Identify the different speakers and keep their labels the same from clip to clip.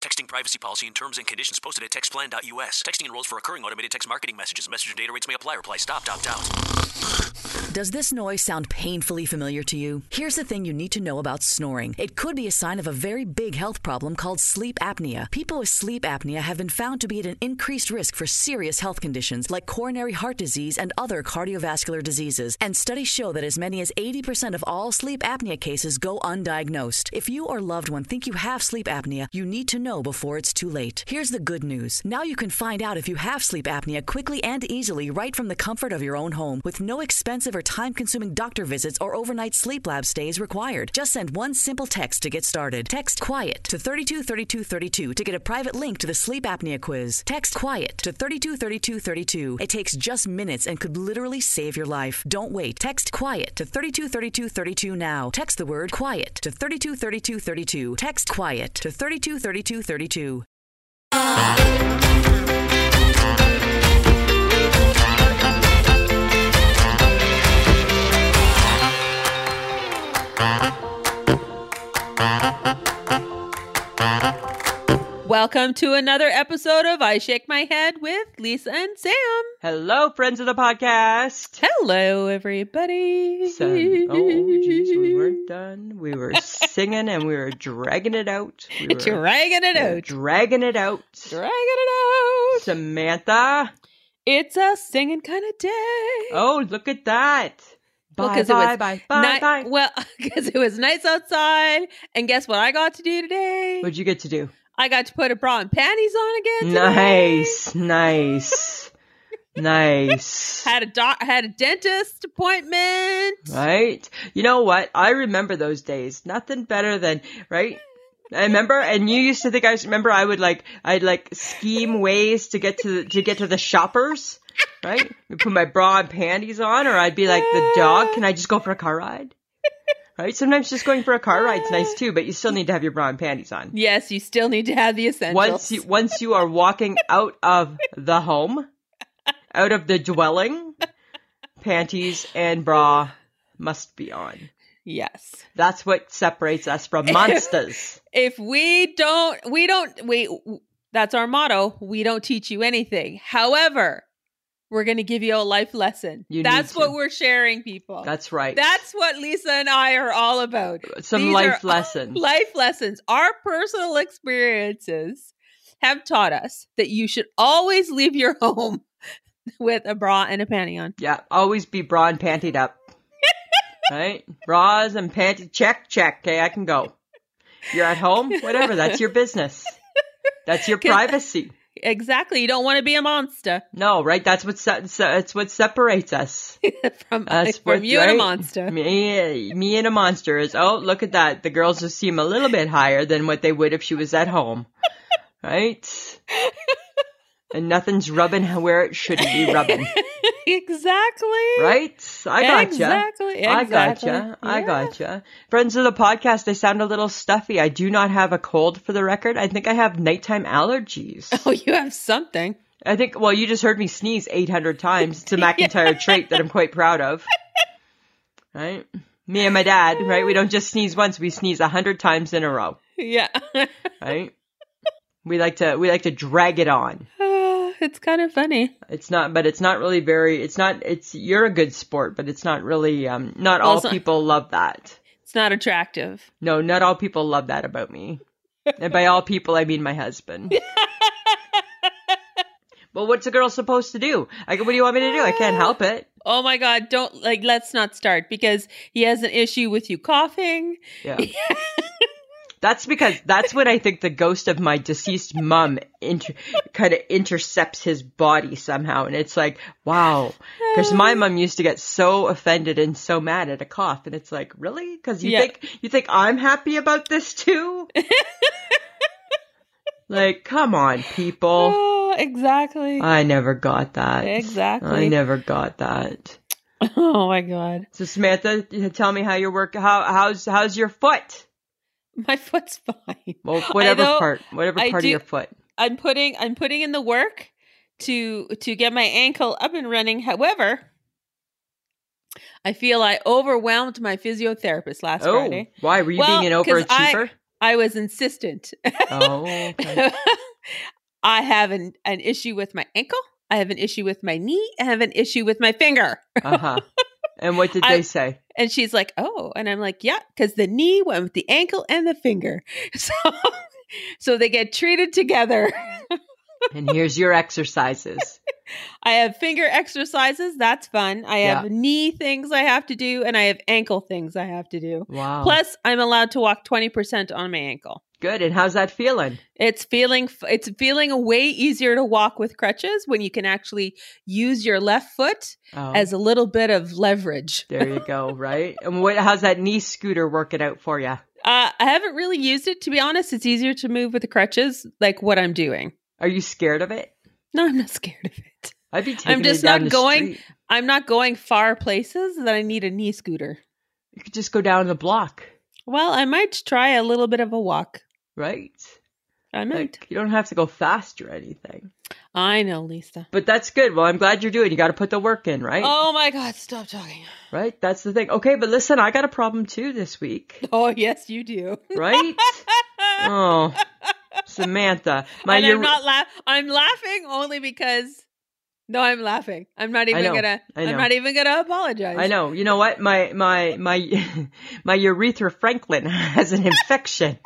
Speaker 1: texting privacy policy and terms and conditions posted at textplan.us. Texting enrolls for recurring automated text marketing messages. Message and data rates may apply. Reply stop, opt out.
Speaker 2: Does this noise sound painfully familiar to you? Here's the thing you need to know about snoring. It could be a sign of a very big health problem called sleep apnea. People with sleep apnea have been found to be at an increased risk for serious health conditions like coronary heart disease and other cardiovascular diseases. And studies show that as many as 80% of all sleep apnea cases go undiagnosed. If you or loved one think you have sleep apnea, you need to know before it's too late. Here's the good news. Now you can find out if you have sleep apnea quickly and easily right from the comfort of your own home with no expensive or time consuming doctor visits or overnight sleep lab stays required. Just send one simple text to get started. Text QUIET to 323232 to get a private link to the sleep apnea quiz. Text QUIET to 323232. It takes just minutes and could literally save your life. Don't wait. Text QUIET to 323232 now. Text the word QUIET to 323232. Text QUIET to 323232.
Speaker 3: Welcome to another episode of I Shake My Head with Lisa and Sam.
Speaker 4: Hello, friends of the podcast.
Speaker 3: Hello, everybody.
Speaker 4: Some, oh, jeez, we weren't done. We were singing and we were dragging it out. We were
Speaker 3: Dragging it
Speaker 4: yeah,
Speaker 3: out.
Speaker 4: Dragging it out.
Speaker 3: Dragging it out.
Speaker 4: Samantha.
Speaker 3: It's a singing kind of day.
Speaker 4: Oh, look at that.
Speaker 3: Well,
Speaker 4: Bye,
Speaker 3: 'cause it was
Speaker 4: bye, bye, bye,
Speaker 3: Ni-
Speaker 4: bye.
Speaker 3: Well, because it was nice outside. And guess what I got to do today?
Speaker 4: What'd you get to do?
Speaker 3: I got to put a bra and panties on again. today.
Speaker 4: Nice, nice, nice.
Speaker 3: Had a doc- had a dentist appointment.
Speaker 4: Right? You know what? I remember those days. Nothing better than, right? I remember, and you used to think I was, remember I would like, I'd like scheme ways to get to the, to get to the shoppers, right? I'd put my bra and panties on, or I'd be like the dog, can I just go for a car ride? Right? Sometimes just going for a car ride's nice too, but you still need to have your bra and panties on.
Speaker 3: Yes, you still need to have the essentials.
Speaker 4: Once you, once you are walking out of the home, out of the dwelling, panties and bra must be on.
Speaker 3: yes.
Speaker 4: That's what separates us from monsters.
Speaker 3: if we don't we don't we that's our motto we don't teach you anything however we're going to give you a life lesson
Speaker 4: You
Speaker 3: that's
Speaker 4: need
Speaker 3: what
Speaker 4: to.
Speaker 3: we're sharing people
Speaker 4: That's right. Uh,
Speaker 3: That's what lisa and i are all about
Speaker 4: Some
Speaker 3: these
Speaker 4: life
Speaker 3: are-
Speaker 4: lessons.
Speaker 3: life lessons our personal experiences have taught us that you should always leave your home with a bra and a panty on
Speaker 4: yeah, always be bra and pantied up. right? Bras and panties. Check, check. Okay, I can go. You're at home? Whatever. That's your business. That's your
Speaker 3: Can-
Speaker 4: privacy.
Speaker 3: exactly you don't want to be a monster
Speaker 4: No, right? That's what se- se- that's what separates us.
Speaker 3: from,
Speaker 4: That's
Speaker 3: from
Speaker 4: what-
Speaker 3: you and a
Speaker 4: right?
Speaker 3: monster
Speaker 4: me, me and a monster is, oh, look at that. The girls just seem a little bit higher than what they would if she was at home. Right? And nothing's rubbing where it shouldn't be rubbing.
Speaker 3: exactly
Speaker 4: Right? I gotcha.
Speaker 3: Exactly.
Speaker 4: I
Speaker 3: exactly.
Speaker 4: gotcha. I
Speaker 3: Yeah.
Speaker 4: gotcha. Friends of the podcast, they sound a little stuffy. I do not have a cold for the record. I think I have nighttime allergies.
Speaker 3: Oh, you have something.
Speaker 4: I think, well, you just heard me sneeze 800 times. It's a McIntyre trait that I'm quite proud of. Right? Me and my dad, right? We don't just sneeze once, we sneeze 100 times in a row.
Speaker 3: Yeah.
Speaker 4: Right? We like to we like to drag it on.
Speaker 3: it's kind of funny.
Speaker 4: It's not, but it's not really very. It's not. It's you're a good sport, but it's not really. Um, not all
Speaker 3: it's not-
Speaker 4: people love that.
Speaker 3: It's not attractive.
Speaker 4: No, not all people love that about me. and by all people, I mean my husband. well, what's a girl supposed to do? Like, what do you want me to do? I can't help it.
Speaker 3: Oh my god, don't like let's not start because he has an issue with you coughing.
Speaker 4: Yeah. that's because that's when I think the ghost of my deceased mom inter- kind of intercepts his body somehow. And it's like, wow. Because my mom used to get so offended and so mad at a cough. And it's like, really? Because you
Speaker 3: Yeah.
Speaker 4: think you think I'm happy about this too? like, come on, people.
Speaker 3: Oh, exactly.
Speaker 4: I never got that.
Speaker 3: Exactly.
Speaker 4: I never got that.
Speaker 3: oh my god.
Speaker 4: So Samantha, tell me how your work how how's how's your foot?
Speaker 3: My foot's fine.
Speaker 4: Well, whatever
Speaker 3: know.
Speaker 4: part, whatever
Speaker 3: I
Speaker 4: part
Speaker 3: do-
Speaker 4: of your foot.
Speaker 3: I'm putting I'm putting in the work to to get my ankle up and running. However, I feel I overwhelmed my physiotherapist last
Speaker 4: Oh,
Speaker 3: Friday.
Speaker 4: why were you
Speaker 3: Well,
Speaker 4: being an
Speaker 3: 'cause I-
Speaker 4: overachiever?
Speaker 3: I was insistent.
Speaker 4: Oh, okay.
Speaker 3: I have an, an issue with my ankle. I have an issue with my knee. I have an issue with my finger.
Speaker 4: Uh huh. And what did
Speaker 3: I-
Speaker 4: they say?
Speaker 3: And she's like, oh. And I'm like, yeah, because the knee went with the ankle and the finger. So, so they get treated together.
Speaker 4: And here's your exercises.
Speaker 3: I have finger exercises. That's fun. I have knee things I have to do, and I have ankle things I have to do.
Speaker 4: Wow.
Speaker 3: Plus, I'm allowed to walk 20% on my ankle.
Speaker 4: Good. And how's that feeling?
Speaker 3: It's feeling f- it's feeling way easier to walk with crutches when you can actually use your left foot
Speaker 4: Oh,
Speaker 3: as a little bit of leverage.
Speaker 4: there you go. Right. And what? How's that knee scooter working out for you?
Speaker 3: Uh, I haven't really used it to be honest. It's easier to move with the crutches, like what I'm doing.
Speaker 4: Are you scared of it?
Speaker 3: No, I'm not scared of it.
Speaker 4: I'd be taking.
Speaker 3: just
Speaker 4: it down
Speaker 3: not
Speaker 4: the
Speaker 3: going-
Speaker 4: street.
Speaker 3: I'm not going far places that I need a knee scooter.
Speaker 4: You could just go down the block,
Speaker 3: Well, I might try a little bit of a walk.
Speaker 4: right?
Speaker 3: I might.
Speaker 4: Like, you don't have to go fast or anything.
Speaker 3: I know, Lisa.
Speaker 4: But that's good. Well, I'm glad you're doing. it. You got to put the work in, right?
Speaker 3: Oh my God, stop talking.
Speaker 4: Right. That's the thing. Okay, but listen, I got a problem too this week,
Speaker 3: Oh, yes, you do.
Speaker 4: right? oh, Samantha, my
Speaker 3: and
Speaker 4: ure-
Speaker 3: I'm not laugh. I'm laughing only because. No, I'm laughing. I'm not even
Speaker 4: know,
Speaker 3: gonna.
Speaker 4: I know.
Speaker 3: I'm not even gonna apologize.
Speaker 4: I know. You know what? My my my my urethra Franklin has an infection.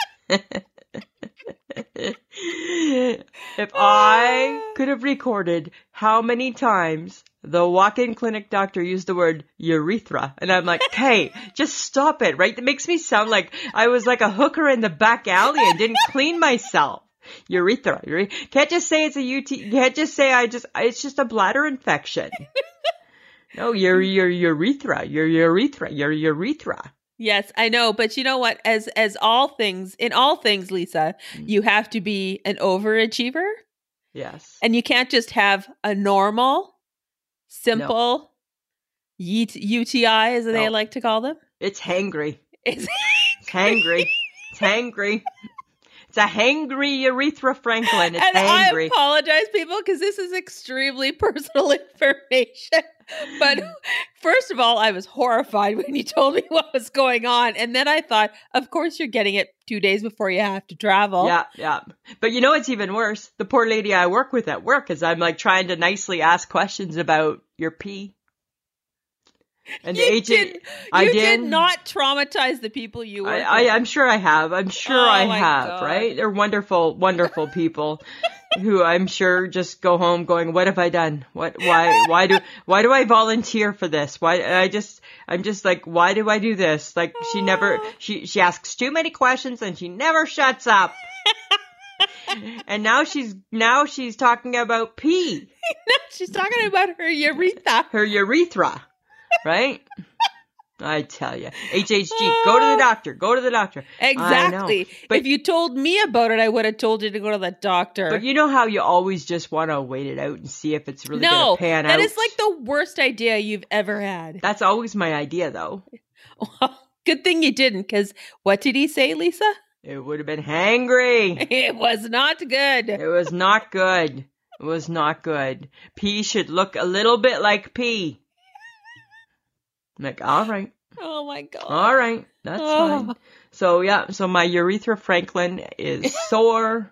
Speaker 4: if I could have recorded how many times the walk-in clinic doctor used the word urethra, and I'm like, hey, just stop it, right? It makes me sound like I was like a hooker in the back alley and didn't clean myself. Urethra, ure- can't just say it's a UT. Can't just say I just. It's just a bladder infection. No, your your urethra, your urethra, your urethra.
Speaker 3: Yes, I know, but you know what? As as all things in all things, Lisa,
Speaker 4: Mm.
Speaker 3: you have to be an overachiever,
Speaker 4: Yes.
Speaker 3: and you can't just have a normal, simple yeet UTI, as they
Speaker 4: No.
Speaker 3: like to call them.
Speaker 4: It's hangry.
Speaker 3: It's-
Speaker 4: It's hangry. It's hangry. It's a hangry urethra Franklin. It's
Speaker 3: and I
Speaker 4: hangry.
Speaker 3: apologize, people, because this is extremely personal information. But
Speaker 4: Mm.
Speaker 3: first of all, I was horrified when you told me what was going on. And then I thought, of course, you're getting it two days before you have to travel.
Speaker 4: Yeah, yeah. But you know what's even worse? The poor lady I work with at work is I'm like trying to nicely ask questions about your pee. And the
Speaker 3: You
Speaker 4: agent
Speaker 3: did-
Speaker 4: I
Speaker 3: you
Speaker 4: did.
Speaker 3: did not traumatize the people you were.
Speaker 4: I, I, I'm sure I have. I'm sure
Speaker 3: Oh
Speaker 4: I
Speaker 3: my
Speaker 4: have,
Speaker 3: God.
Speaker 4: right? They're wonderful, wonderful people who I'm sure just go home going, what have I done? What, why, why do, why do I volunteer for this? Why, I just, I'm just like, why do I do this? Like she never, she, she asks too many questions and she never shuts up. and now she's, now she's talking about pee,
Speaker 3: She's talking about her urethra.
Speaker 4: her urethra, right? I tell you, HHG, go to the doctor, go to the doctor. I know.
Speaker 3: Exactly.
Speaker 4: But-
Speaker 3: if you told me about it, I would have told you to go to the doctor.
Speaker 4: But you know how you always just want to wait it out and see if it's really
Speaker 3: no,
Speaker 4: going to pan
Speaker 3: that
Speaker 4: out.
Speaker 3: is like the worst idea you've ever had.
Speaker 4: That's always my idea, though.
Speaker 3: Good thing you didn't, because what did he say, Lisa?
Speaker 4: It would have been hangry.
Speaker 3: It was not good.
Speaker 4: it was not good. It was not good. Pee should look a little bit like pee. I'm like, all right,
Speaker 3: Oh my god.
Speaker 4: all right, that's
Speaker 3: Oh.
Speaker 4: fine. So yeah, so my urethra Franklin is sore,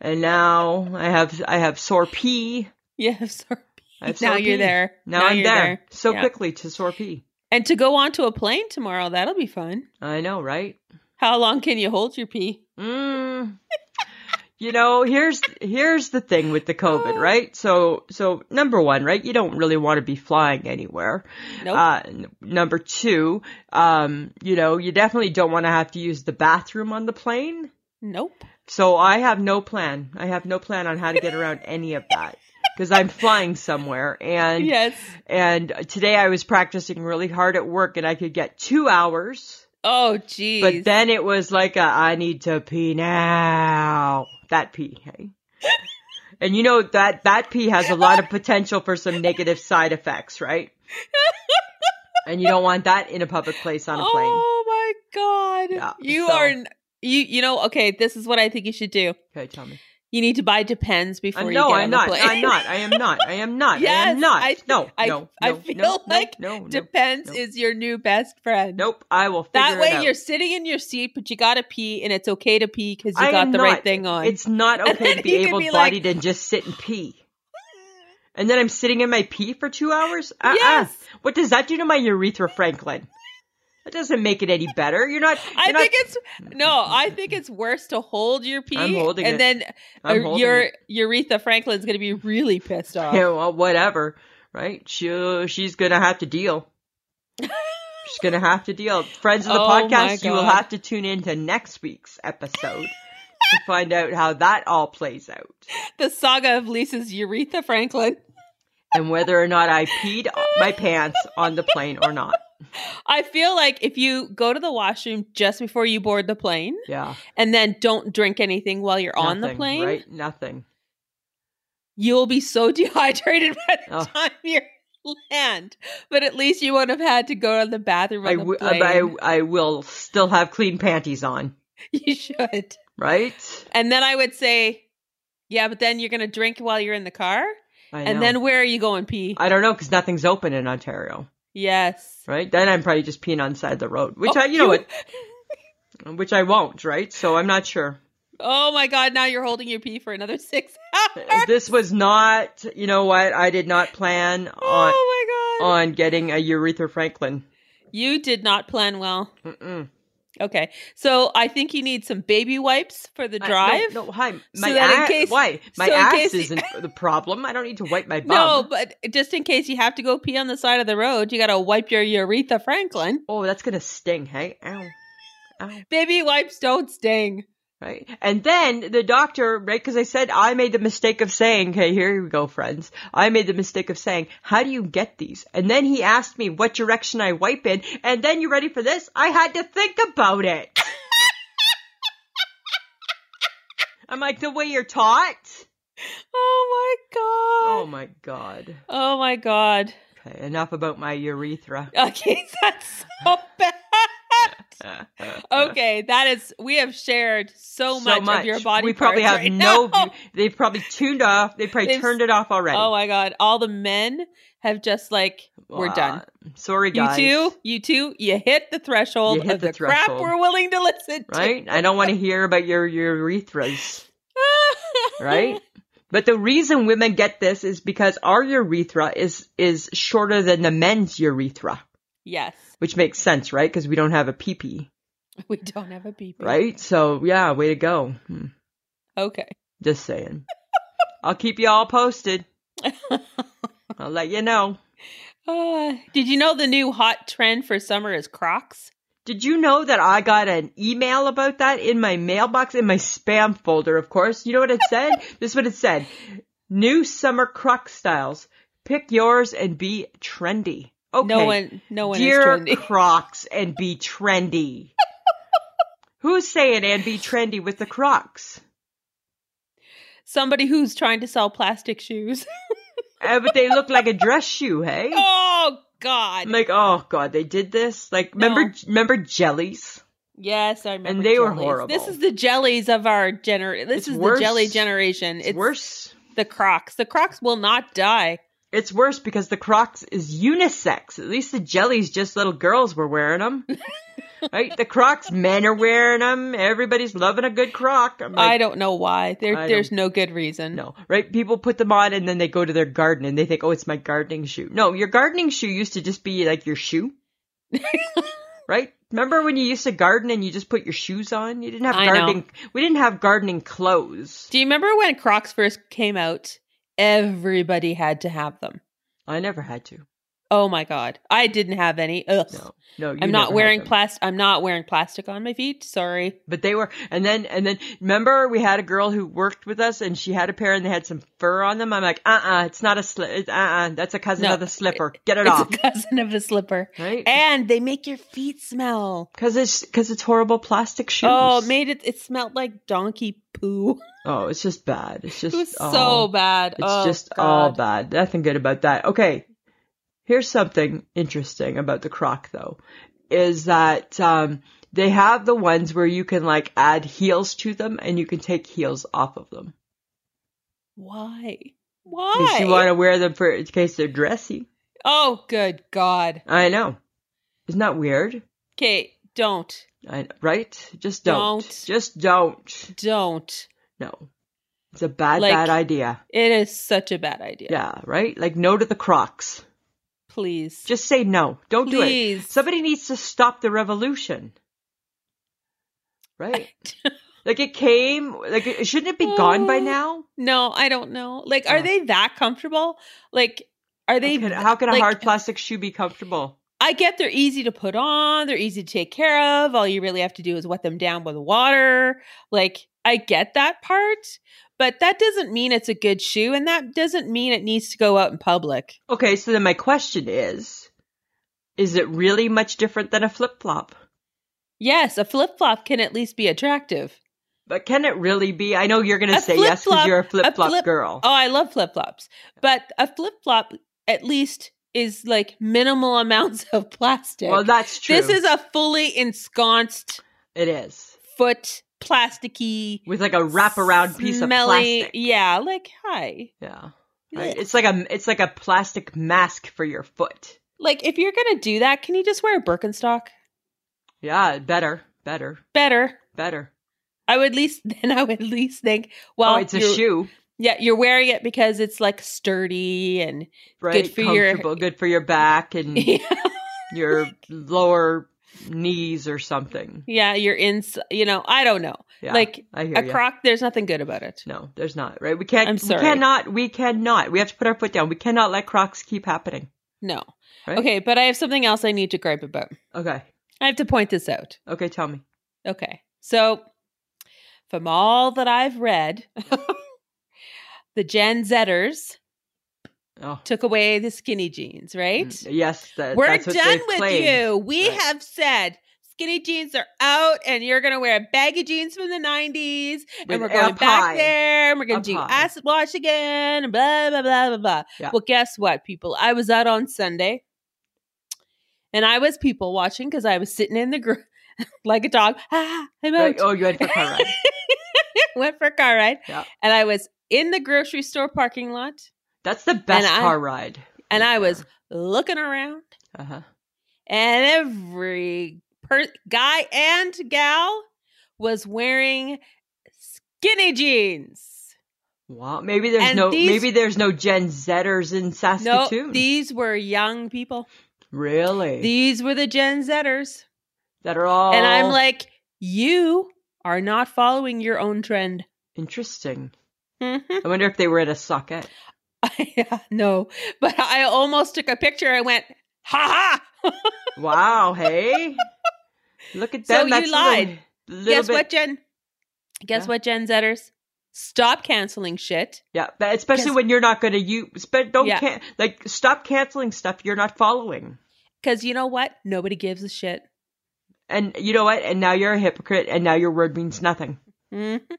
Speaker 4: and now I have I have sore pee.
Speaker 3: Yeah, I'm sorry.
Speaker 4: I have
Speaker 3: Now
Speaker 4: sore
Speaker 3: you're
Speaker 4: pee.
Speaker 3: there.
Speaker 4: Now,
Speaker 3: Now
Speaker 4: I'm
Speaker 3: you're
Speaker 4: there.
Speaker 3: there.
Speaker 4: so
Speaker 3: Yeah.
Speaker 4: quickly to sore pee.
Speaker 3: And to go onto a plane tomorrow, that'll be fun.
Speaker 4: I know, right?
Speaker 3: How long can you hold your pee?
Speaker 4: Mm. you know, here's here's the thing with the COVID,
Speaker 3: Oh.
Speaker 4: right? So so number one, right? You don't really want to be flying anywhere.
Speaker 3: Nope.
Speaker 4: Uh, n- number two, um, you know, you definitely don't want to have to use the bathroom on the plane.
Speaker 3: nope.
Speaker 4: So I have no plan. I have no plan on how to get around any of that because I'm flying somewhere and
Speaker 3: Yes.
Speaker 4: and today I was practicing really hard at work and I could get two hours.
Speaker 3: Oh geez.
Speaker 4: But then it was like a, I need to pee now. That pee, hey? and you know that that pee has a lot of potential for some negative side effects, right? and you don't want that in a public place on a plane.
Speaker 3: Oh my god.
Speaker 4: Yeah,
Speaker 3: you
Speaker 4: so-
Speaker 3: are n- you you know, okay, this is what I think you should do.
Speaker 4: Okay, tell me.
Speaker 3: You need to buy Depends before
Speaker 4: I'm,
Speaker 3: you
Speaker 4: no,
Speaker 3: get
Speaker 4: I'm
Speaker 3: on
Speaker 4: not.
Speaker 3: the plane.
Speaker 4: I'm not. I am not. I am not. I
Speaker 3: Yes,
Speaker 4: am not.
Speaker 3: I-
Speaker 4: no,
Speaker 3: I-
Speaker 4: no,
Speaker 3: I
Speaker 4: no,
Speaker 3: feel
Speaker 4: no,
Speaker 3: like
Speaker 4: no, no, no.
Speaker 3: Depends
Speaker 4: no.
Speaker 3: is your new best friend.
Speaker 4: Nope. I will figure
Speaker 3: That
Speaker 4: it
Speaker 3: way
Speaker 4: out.
Speaker 3: you're sitting in your seat, but you gotta pee, and it's okay to pee because you
Speaker 4: I
Speaker 3: got
Speaker 4: am
Speaker 3: the right
Speaker 4: not.
Speaker 3: thing on.
Speaker 4: It's not
Speaker 3: And
Speaker 4: okay
Speaker 3: then
Speaker 4: to be
Speaker 3: you can
Speaker 4: able
Speaker 3: be like-
Speaker 4: bodied and just sit and pee. And then I'm sitting in my pee for two hours? Uh-uh.
Speaker 3: Yes.
Speaker 4: What does that do to my urethra, Franklin? That doesn't make it any better. You're not.
Speaker 3: I
Speaker 4: you're not-
Speaker 3: think it's no. I think it's worse to hold your pee,
Speaker 4: I'm holding
Speaker 3: and
Speaker 4: it.
Speaker 3: then
Speaker 4: I'm
Speaker 3: uh,
Speaker 4: holding
Speaker 3: your Uretha Franklin's going to be really pissed off.
Speaker 4: Yeah, well, whatever, right? She she's gonna have to deal. she's gonna have to deal. Friends of the
Speaker 3: Oh my
Speaker 4: podcast, you will
Speaker 3: God.
Speaker 4: have to tune in to next week's episode to find out how that all plays out
Speaker 3: The saga of Lisa's Uretha Franklin.
Speaker 4: and whether or not I peed my pants on the plane or not.
Speaker 3: I feel like if you go to the washroom just before you board the plane,
Speaker 4: Yeah,
Speaker 3: and then don't drink anything while you're on the
Speaker 4: nothing,
Speaker 3: plane,
Speaker 4: right? Nothing.
Speaker 3: you'll be so dehydrated by the
Speaker 4: Oh.
Speaker 3: time you land. But at least you won't have had to go to the bathroom on
Speaker 4: I,
Speaker 3: the
Speaker 4: w-
Speaker 3: plane.
Speaker 4: I I will still have clean panties on,
Speaker 3: you should.
Speaker 4: right?
Speaker 3: And then I would say, yeah, but then you're going to drink while you're in the car.
Speaker 4: I
Speaker 3: And
Speaker 4: know.
Speaker 3: then where are you going pee?
Speaker 4: I don't know because nothing's open in Ontario,
Speaker 3: yes.
Speaker 4: right? Then I'm probably just peeing on the side of the road, which
Speaker 3: Oh,
Speaker 4: I you know what. which I won't, right? So I'm not sure.
Speaker 3: Oh my God, now you're holding your pee for another six hours.
Speaker 4: This was not, you know what? I did not plan on
Speaker 3: oh my God.
Speaker 4: on getting a urethra Franklin.
Speaker 3: you did not plan well.
Speaker 4: Mm-mm.
Speaker 3: Okay. So I think you need some baby wipes for the
Speaker 4: I-
Speaker 3: drive.
Speaker 4: no, no, hi. My
Speaker 3: So that in
Speaker 4: ass.
Speaker 3: case-
Speaker 4: why? My
Speaker 3: so in
Speaker 4: ass
Speaker 3: case-
Speaker 4: isn't the problem. I don't need to wipe my bum.
Speaker 3: No, but just in case you have to go pee on the side of the road, you got to wipe your urethra Franklin.
Speaker 4: Oh, that's gonna sting. Hey, ow, ow.
Speaker 3: Baby wipes don't sting.
Speaker 4: Right. And then the doctor, right? Because I said I made the mistake of saying, okay, here we go, friends. I made the mistake of saying, how do you get these? And then he asked me what direction I wipe in. And then you ready for this? I had to think about it. I'm like, the way you're taught?
Speaker 3: Oh my
Speaker 4: Oh
Speaker 3: God.
Speaker 4: my God.
Speaker 3: Oh my God.
Speaker 4: Okay, enough about my urethra.
Speaker 3: Okay, that's so bad. Okay, that is. We have shared so, much, of your body.
Speaker 4: We probably
Speaker 3: parts
Speaker 4: have
Speaker 3: right
Speaker 4: no.
Speaker 3: now.
Speaker 4: They've probably tuned off. They probably
Speaker 3: They've-
Speaker 4: turned it off already.
Speaker 3: Oh my god! All the men have just like we're
Speaker 4: Uh,
Speaker 3: done.
Speaker 4: Sorry,
Speaker 3: You
Speaker 4: guys.
Speaker 3: two, you two, you hit the threshold
Speaker 4: You hit
Speaker 3: of the,
Speaker 4: the
Speaker 3: crap
Speaker 4: threshold.
Speaker 3: we're willing to listen to.
Speaker 4: right? I don't want to hear about your, your urethras, right? But the reason women get this is because our urethra is is shorter than the men's urethra,
Speaker 3: yes,
Speaker 4: which makes sense, right? Because we don't have a pee-pee,
Speaker 3: we don't have a beep.
Speaker 4: right? So yeah, way to go. Hmm.
Speaker 3: Okay.
Speaker 4: Just saying. I'll keep you all posted. I'll let you know.
Speaker 3: Uh, did you know the new hot trend for summer is Crocs?
Speaker 4: Did you know that I got an email about that in my mailbox in my spam folder, of course? You know what it said? this is what it said. New summer croc styles. Pick yours and be trendy. Okay.
Speaker 3: No one, no one
Speaker 4: Dear
Speaker 3: is trendy.
Speaker 4: crocs and be trendy. Who's saying and be trendy with the crocs?
Speaker 3: Somebody who's trying to sell plastic shoes.
Speaker 4: Uh, but they look like a dress shoe, hey?
Speaker 3: oh God!
Speaker 4: I'm like, oh god, they did this. Like, remember, remember jellies?
Speaker 3: Yes, I remember.
Speaker 4: they were
Speaker 3: jellies. This
Speaker 4: horrible.
Speaker 3: is the jellies of our generation. This
Speaker 4: It's
Speaker 3: is
Speaker 4: worse.
Speaker 3: the jelly generation. It's,
Speaker 4: It's worse.
Speaker 3: The Crocs. The Crocs will not die.
Speaker 4: It's worse because the Crocs is unisex. At least the jellies, just little girls were wearing them. right? The Crocs, men are wearing them. Everybody's loving a good Croc. I'm
Speaker 3: I
Speaker 4: like,
Speaker 3: don't know why. There,
Speaker 4: I
Speaker 3: there's no good reason.
Speaker 4: no, right? People put them on and then they go to their garden and they think, oh, it's my gardening shoe. No, your gardening shoe used to just be like your shoe. right? Remember when you used to garden and you just put your shoes on? You didn't have
Speaker 3: I know.
Speaker 4: gardening. We didn't have gardening clothes.
Speaker 3: Do you remember when Crocs first came out? Everybody had to have them.
Speaker 4: I never had to.
Speaker 3: Oh my god, I didn't have any. Ugh.
Speaker 4: No, no. you
Speaker 3: I'm
Speaker 4: never
Speaker 3: not
Speaker 4: had
Speaker 3: wearing
Speaker 4: them.
Speaker 3: plastic. I'm not wearing plastic on my feet. Sorry.
Speaker 4: But they were, and then, and then, remember we had a girl who worked with us and she had a pair and they had some fur on them. I'm like, uh uh it's not a slip, uh uh, that's a cousin
Speaker 3: No,
Speaker 4: of the slipper. Get it
Speaker 3: It's a
Speaker 4: off.
Speaker 3: cousin of the slipper,
Speaker 4: Right?
Speaker 3: and they make your feet smell.
Speaker 4: Cause it's, cause it's horrible plastic shoes.
Speaker 3: Oh, it made it. It smelled like donkey poo.
Speaker 4: Oh, it's just bad. It's just,
Speaker 3: It was so
Speaker 4: oh,
Speaker 3: bad.
Speaker 4: It's
Speaker 3: oh,
Speaker 4: just
Speaker 3: God.
Speaker 4: all bad. Nothing good about that. Okay. Here's something interesting about the croc though, is that, um, they have the ones where you can like add heels to them and you can take heels off of them.
Speaker 3: Why?
Speaker 4: Because
Speaker 3: Why?
Speaker 4: you want to wear them for in case they're dressy.
Speaker 3: oh, good God.
Speaker 4: I know. Isn't that weird?
Speaker 3: Kate, don't.
Speaker 4: I, right? Just don't.
Speaker 3: Don't.
Speaker 4: Just don't.
Speaker 3: Don't.
Speaker 4: No. It's a bad,
Speaker 3: Like-
Speaker 4: bad idea.
Speaker 3: It is such a bad idea.
Speaker 4: Yeah, right? Like no to the Crocs.
Speaker 3: Please.
Speaker 4: Just say no. Don't do it.
Speaker 3: Please.
Speaker 4: Somebody needs to stop the revolution. Right? like it came, like it, shouldn't it be gone by
Speaker 3: Oh.
Speaker 4: now?
Speaker 3: no, I don't know. Like, are
Speaker 4: Yeah.
Speaker 3: they that comfortable? Like, are they?
Speaker 4: How can, how can a
Speaker 3: like,
Speaker 4: hard plastic shoe be comfortable?
Speaker 3: I get they're easy to put on, they're easy to take care of. All you really have to do is wet them down with water. Like, I get that part, but that doesn't mean it's a good shoe, and that doesn't mean it needs to go out in public.
Speaker 4: Okay, so then my question is is it really much different than a flip flop?
Speaker 3: Yes, a flip flop can at least be attractive.
Speaker 4: But can it really be? I know you're going to
Speaker 3: A
Speaker 4: say yes because
Speaker 3: flip-flop-
Speaker 4: you're a flip flop
Speaker 3: flip-
Speaker 4: girl.
Speaker 3: Oh, I love flip flops, but a flip flop at least is like minimal amounts of plastic.
Speaker 4: well, that's true.
Speaker 3: This is a fully ensconced
Speaker 4: it is
Speaker 3: foot, plasticky,
Speaker 4: with like a wraparound piece of
Speaker 3: smelly-
Speaker 4: plastic.
Speaker 3: Yeah, like hi.
Speaker 4: Yeah, Right? it's like a it's like a plastic mask for your foot.
Speaker 3: Like if you're gonna do that, can you just wear a Birkenstock?
Speaker 4: Yeah, better, better,
Speaker 3: Better.
Speaker 4: better.
Speaker 3: I would at least then I would at least think. Well,
Speaker 4: oh, it's a
Speaker 3: you're-
Speaker 4: shoe,
Speaker 3: Yeah, you're wearing it because it's like sturdy and
Speaker 4: right?
Speaker 3: for your-
Speaker 4: Comfortable, good for your back and your lower knees or something.
Speaker 3: yeah, you're in. You know, I don't know.
Speaker 4: Yeah,
Speaker 3: like
Speaker 4: I hear
Speaker 3: a
Speaker 4: ya.
Speaker 3: croc, there's nothing good about it.
Speaker 4: No, there's not. Right? We can't.
Speaker 3: I'm sorry.
Speaker 4: We cannot. We cannot. We have to put our foot down. We cannot let Crocs keep happening.
Speaker 3: No.
Speaker 4: Right?
Speaker 3: Okay, but I have something else I need to gripe about.
Speaker 4: Okay.
Speaker 3: I have to point this out.
Speaker 4: Okay. Tell me.
Speaker 3: Okay. So, from all that I've read, the Gen Zers
Speaker 4: Oh.
Speaker 3: took away the skinny jeans, right?
Speaker 4: Mm, Yes, that,
Speaker 3: We're
Speaker 4: that's what
Speaker 3: done
Speaker 4: they've
Speaker 3: with
Speaker 4: claimed.
Speaker 3: you. We
Speaker 4: Right.
Speaker 3: have said skinny jeans are out and you're going to wear baggy jeans from the 90s
Speaker 4: With
Speaker 3: and we're going
Speaker 4: up
Speaker 3: back
Speaker 4: high.
Speaker 3: there and we're going
Speaker 4: Up
Speaker 3: to do
Speaker 4: high.
Speaker 3: acid wash again and blah, blah, blah, blah, blah.
Speaker 4: Yeah.
Speaker 3: Well, guess what, people? I was out on Sunday and I was people watching because I was sitting in the group like a dog. Ah, I'm out.
Speaker 4: Right, Oh, you had a car ride.
Speaker 3: Went for a car ride.
Speaker 4: Yeah.
Speaker 3: And I was in the grocery store parking lot
Speaker 4: That's the best
Speaker 3: I-
Speaker 4: car ride.
Speaker 3: and I was looking around
Speaker 4: Uh huh.
Speaker 3: and every per- guy and gal was wearing skinny jeans.
Speaker 4: Wow. Maybe there's
Speaker 3: And
Speaker 4: no.
Speaker 3: these-
Speaker 4: Maybe there's no Gen Zers in
Speaker 3: No,
Speaker 4: Saskatoon.
Speaker 3: these were young people.
Speaker 4: really?
Speaker 3: These were the Gen Zers.
Speaker 4: that are all.
Speaker 3: And I'm like, you are not following your own trend.
Speaker 4: interesting.
Speaker 3: Mhm.
Speaker 4: I wonder if they were at a socket.
Speaker 3: Yeah, no, but I almost took a picture. I went, ha ha.
Speaker 4: Wow. Hey. Look at
Speaker 3: So
Speaker 4: them.
Speaker 3: you
Speaker 4: That's a
Speaker 3: lied.
Speaker 4: Little, little
Speaker 3: Guess
Speaker 4: bit,
Speaker 3: what, Gen? Guess
Speaker 4: Yeah.
Speaker 3: what, Gen Zers? Stop canceling shit.
Speaker 4: Yeah, but especially
Speaker 3: Guess-
Speaker 4: when you're not going to use. But don't
Speaker 3: Yeah.
Speaker 4: can like stop canceling stuff you're not following.
Speaker 3: Because you know what? Nobody gives a shit.
Speaker 4: And you know what? And now you're a hypocrite, and now your word means nothing.
Speaker 3: Mhm.
Speaker 4: Mm-hmm.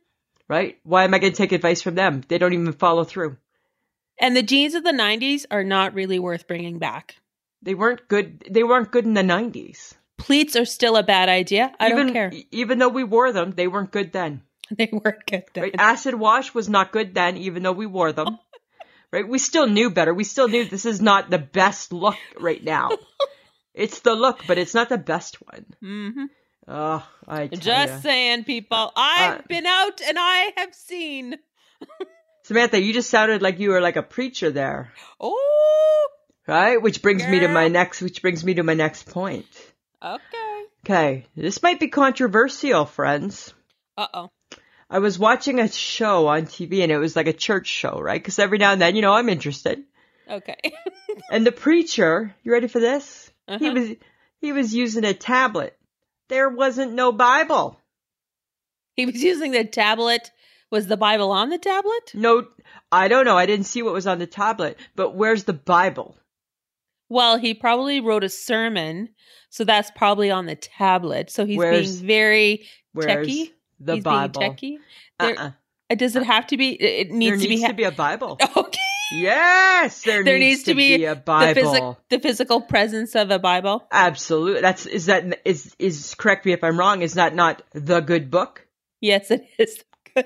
Speaker 4: right? Why am I going to take advice from them? They don't even follow through.
Speaker 3: And the jeans of the 90s are not really worth bringing back.
Speaker 4: They weren't good. They weren't good in the nineties.
Speaker 3: Pleats are still a bad idea. I
Speaker 4: even, e,
Speaker 3: don't care.
Speaker 4: Even though we wore them, they weren't good then.
Speaker 3: They weren't good then.
Speaker 4: Right? Acid wash was not good then, even though we wore them. right? We still knew better. We still knew this is not the best look right now. it's the look, but it's not the best one.
Speaker 3: hmm
Speaker 4: Oh, I tell
Speaker 3: Just
Speaker 4: ya.
Speaker 3: saying, people. I've
Speaker 4: Uh,
Speaker 3: been out and I have seen.
Speaker 4: Samantha, you just sounded like you were like a preacher there,
Speaker 3: Oh,
Speaker 4: right? Which brings me to my
Speaker 3: Girl.
Speaker 4: next. Which brings me to my next point.
Speaker 3: okay.
Speaker 4: Okay, this might be controversial, friends.
Speaker 3: Uh oh.
Speaker 4: I was watching a show on TV and it was like a church show, right? Because every now and then, you know, I'm interested.
Speaker 3: Okay.
Speaker 4: And the preacher, you ready for this? He
Speaker 3: Uh-huh.
Speaker 4: was he was using a tablet. There wasn't no Bible.
Speaker 3: he was using the tablet. Was the Bible on the tablet?
Speaker 4: No, I don't know. I didn't see what was on the tablet, but where's the Bible?
Speaker 3: Well, he probably wrote a sermon, so that's probably on the tablet. So he's
Speaker 4: Where's-
Speaker 3: being very
Speaker 4: Where's
Speaker 3: Techie?
Speaker 4: the
Speaker 3: he's
Speaker 4: Bible?
Speaker 3: being techie.
Speaker 4: Uh-uh.
Speaker 3: There- Uh, Does it have to be? It it needs
Speaker 4: there
Speaker 3: to be.
Speaker 4: needs
Speaker 3: ha-
Speaker 4: to be a Bible.
Speaker 3: okay.
Speaker 4: yes, there,
Speaker 3: There
Speaker 4: needs, to be, a
Speaker 3: the,
Speaker 4: Bible.
Speaker 3: physic- the physical presence of a Bible.
Speaker 4: Absolutely. That's is that is is correct me if I'm wrong. Is that not the good book?
Speaker 3: Yes, it is. Good.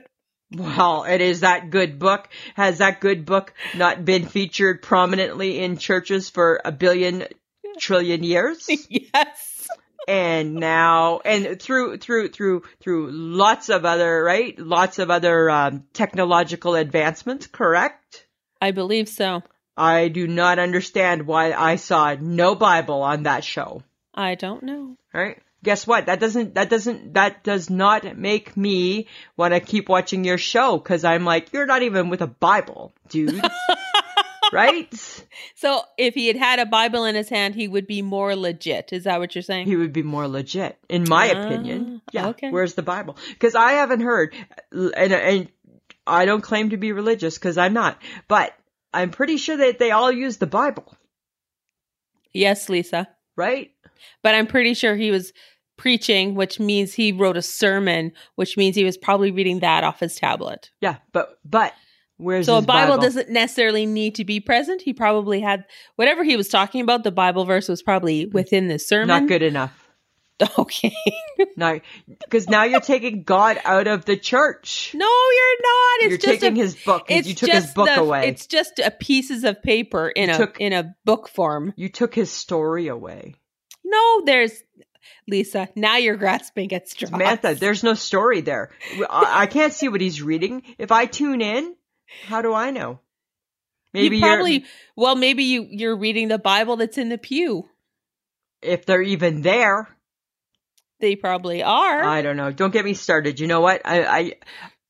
Speaker 4: Well, it is that good book. Has that good book not been featured prominently in churches for a billion trillion years?
Speaker 3: yes.
Speaker 4: and now and through through through through lots of other right lots of other um, technological advancements correct
Speaker 3: I believe so.
Speaker 4: i do not understand why i saw no bible on that show
Speaker 3: I don't know.
Speaker 4: all right guess what that doesn't that doesn't that does not make me want to keep watching your show because i'm like you're not even with a bible dude right
Speaker 3: So if he had had a Bible in his hand, he would be more legit. Is that what you're saying?
Speaker 4: he would be more legit, in my
Speaker 3: Ah,
Speaker 4: opinion. Yeah.
Speaker 3: okay.
Speaker 4: Where's the Bible? Because I haven't heard, and and I don't claim to be religious because I'm not, but I'm pretty sure that they all use the Bible,
Speaker 3: yes, Lisa.
Speaker 4: right?
Speaker 3: But I'm pretty sure he was preaching, which means he wrote a sermon, which means he was probably reading that off his tablet.
Speaker 4: Yeah. But but where's
Speaker 3: So a
Speaker 4: his
Speaker 3: Bible, doesn't necessarily need to be present. He probably had whatever he was talking about. The Bible verse was probably within the sermon.
Speaker 4: Mm. not good enough.
Speaker 3: Okay.
Speaker 4: No, because now you're taking God out of the church.
Speaker 3: No, you're not. It's
Speaker 4: you're
Speaker 3: just
Speaker 4: taking
Speaker 3: a,
Speaker 4: his book. You-
Speaker 3: It's
Speaker 4: you took his
Speaker 3: just
Speaker 4: book
Speaker 3: the-
Speaker 4: away.
Speaker 3: It's just a pieces of paper in
Speaker 4: You
Speaker 3: a
Speaker 4: took-
Speaker 3: in a book form.
Speaker 4: You took his story away,
Speaker 3: No, there's Lisa. Now you're grasping at straws.
Speaker 4: Samantha. There's no story there. I, I can't see what he's reading. If I tune in, how do I know?
Speaker 3: you
Speaker 4: you're-
Speaker 3: probably well, maybe you you're reading the Bible that's in the pew.
Speaker 4: if they're even there.
Speaker 3: They probably are.
Speaker 4: I don't know. Don't get me started. You know what? I I,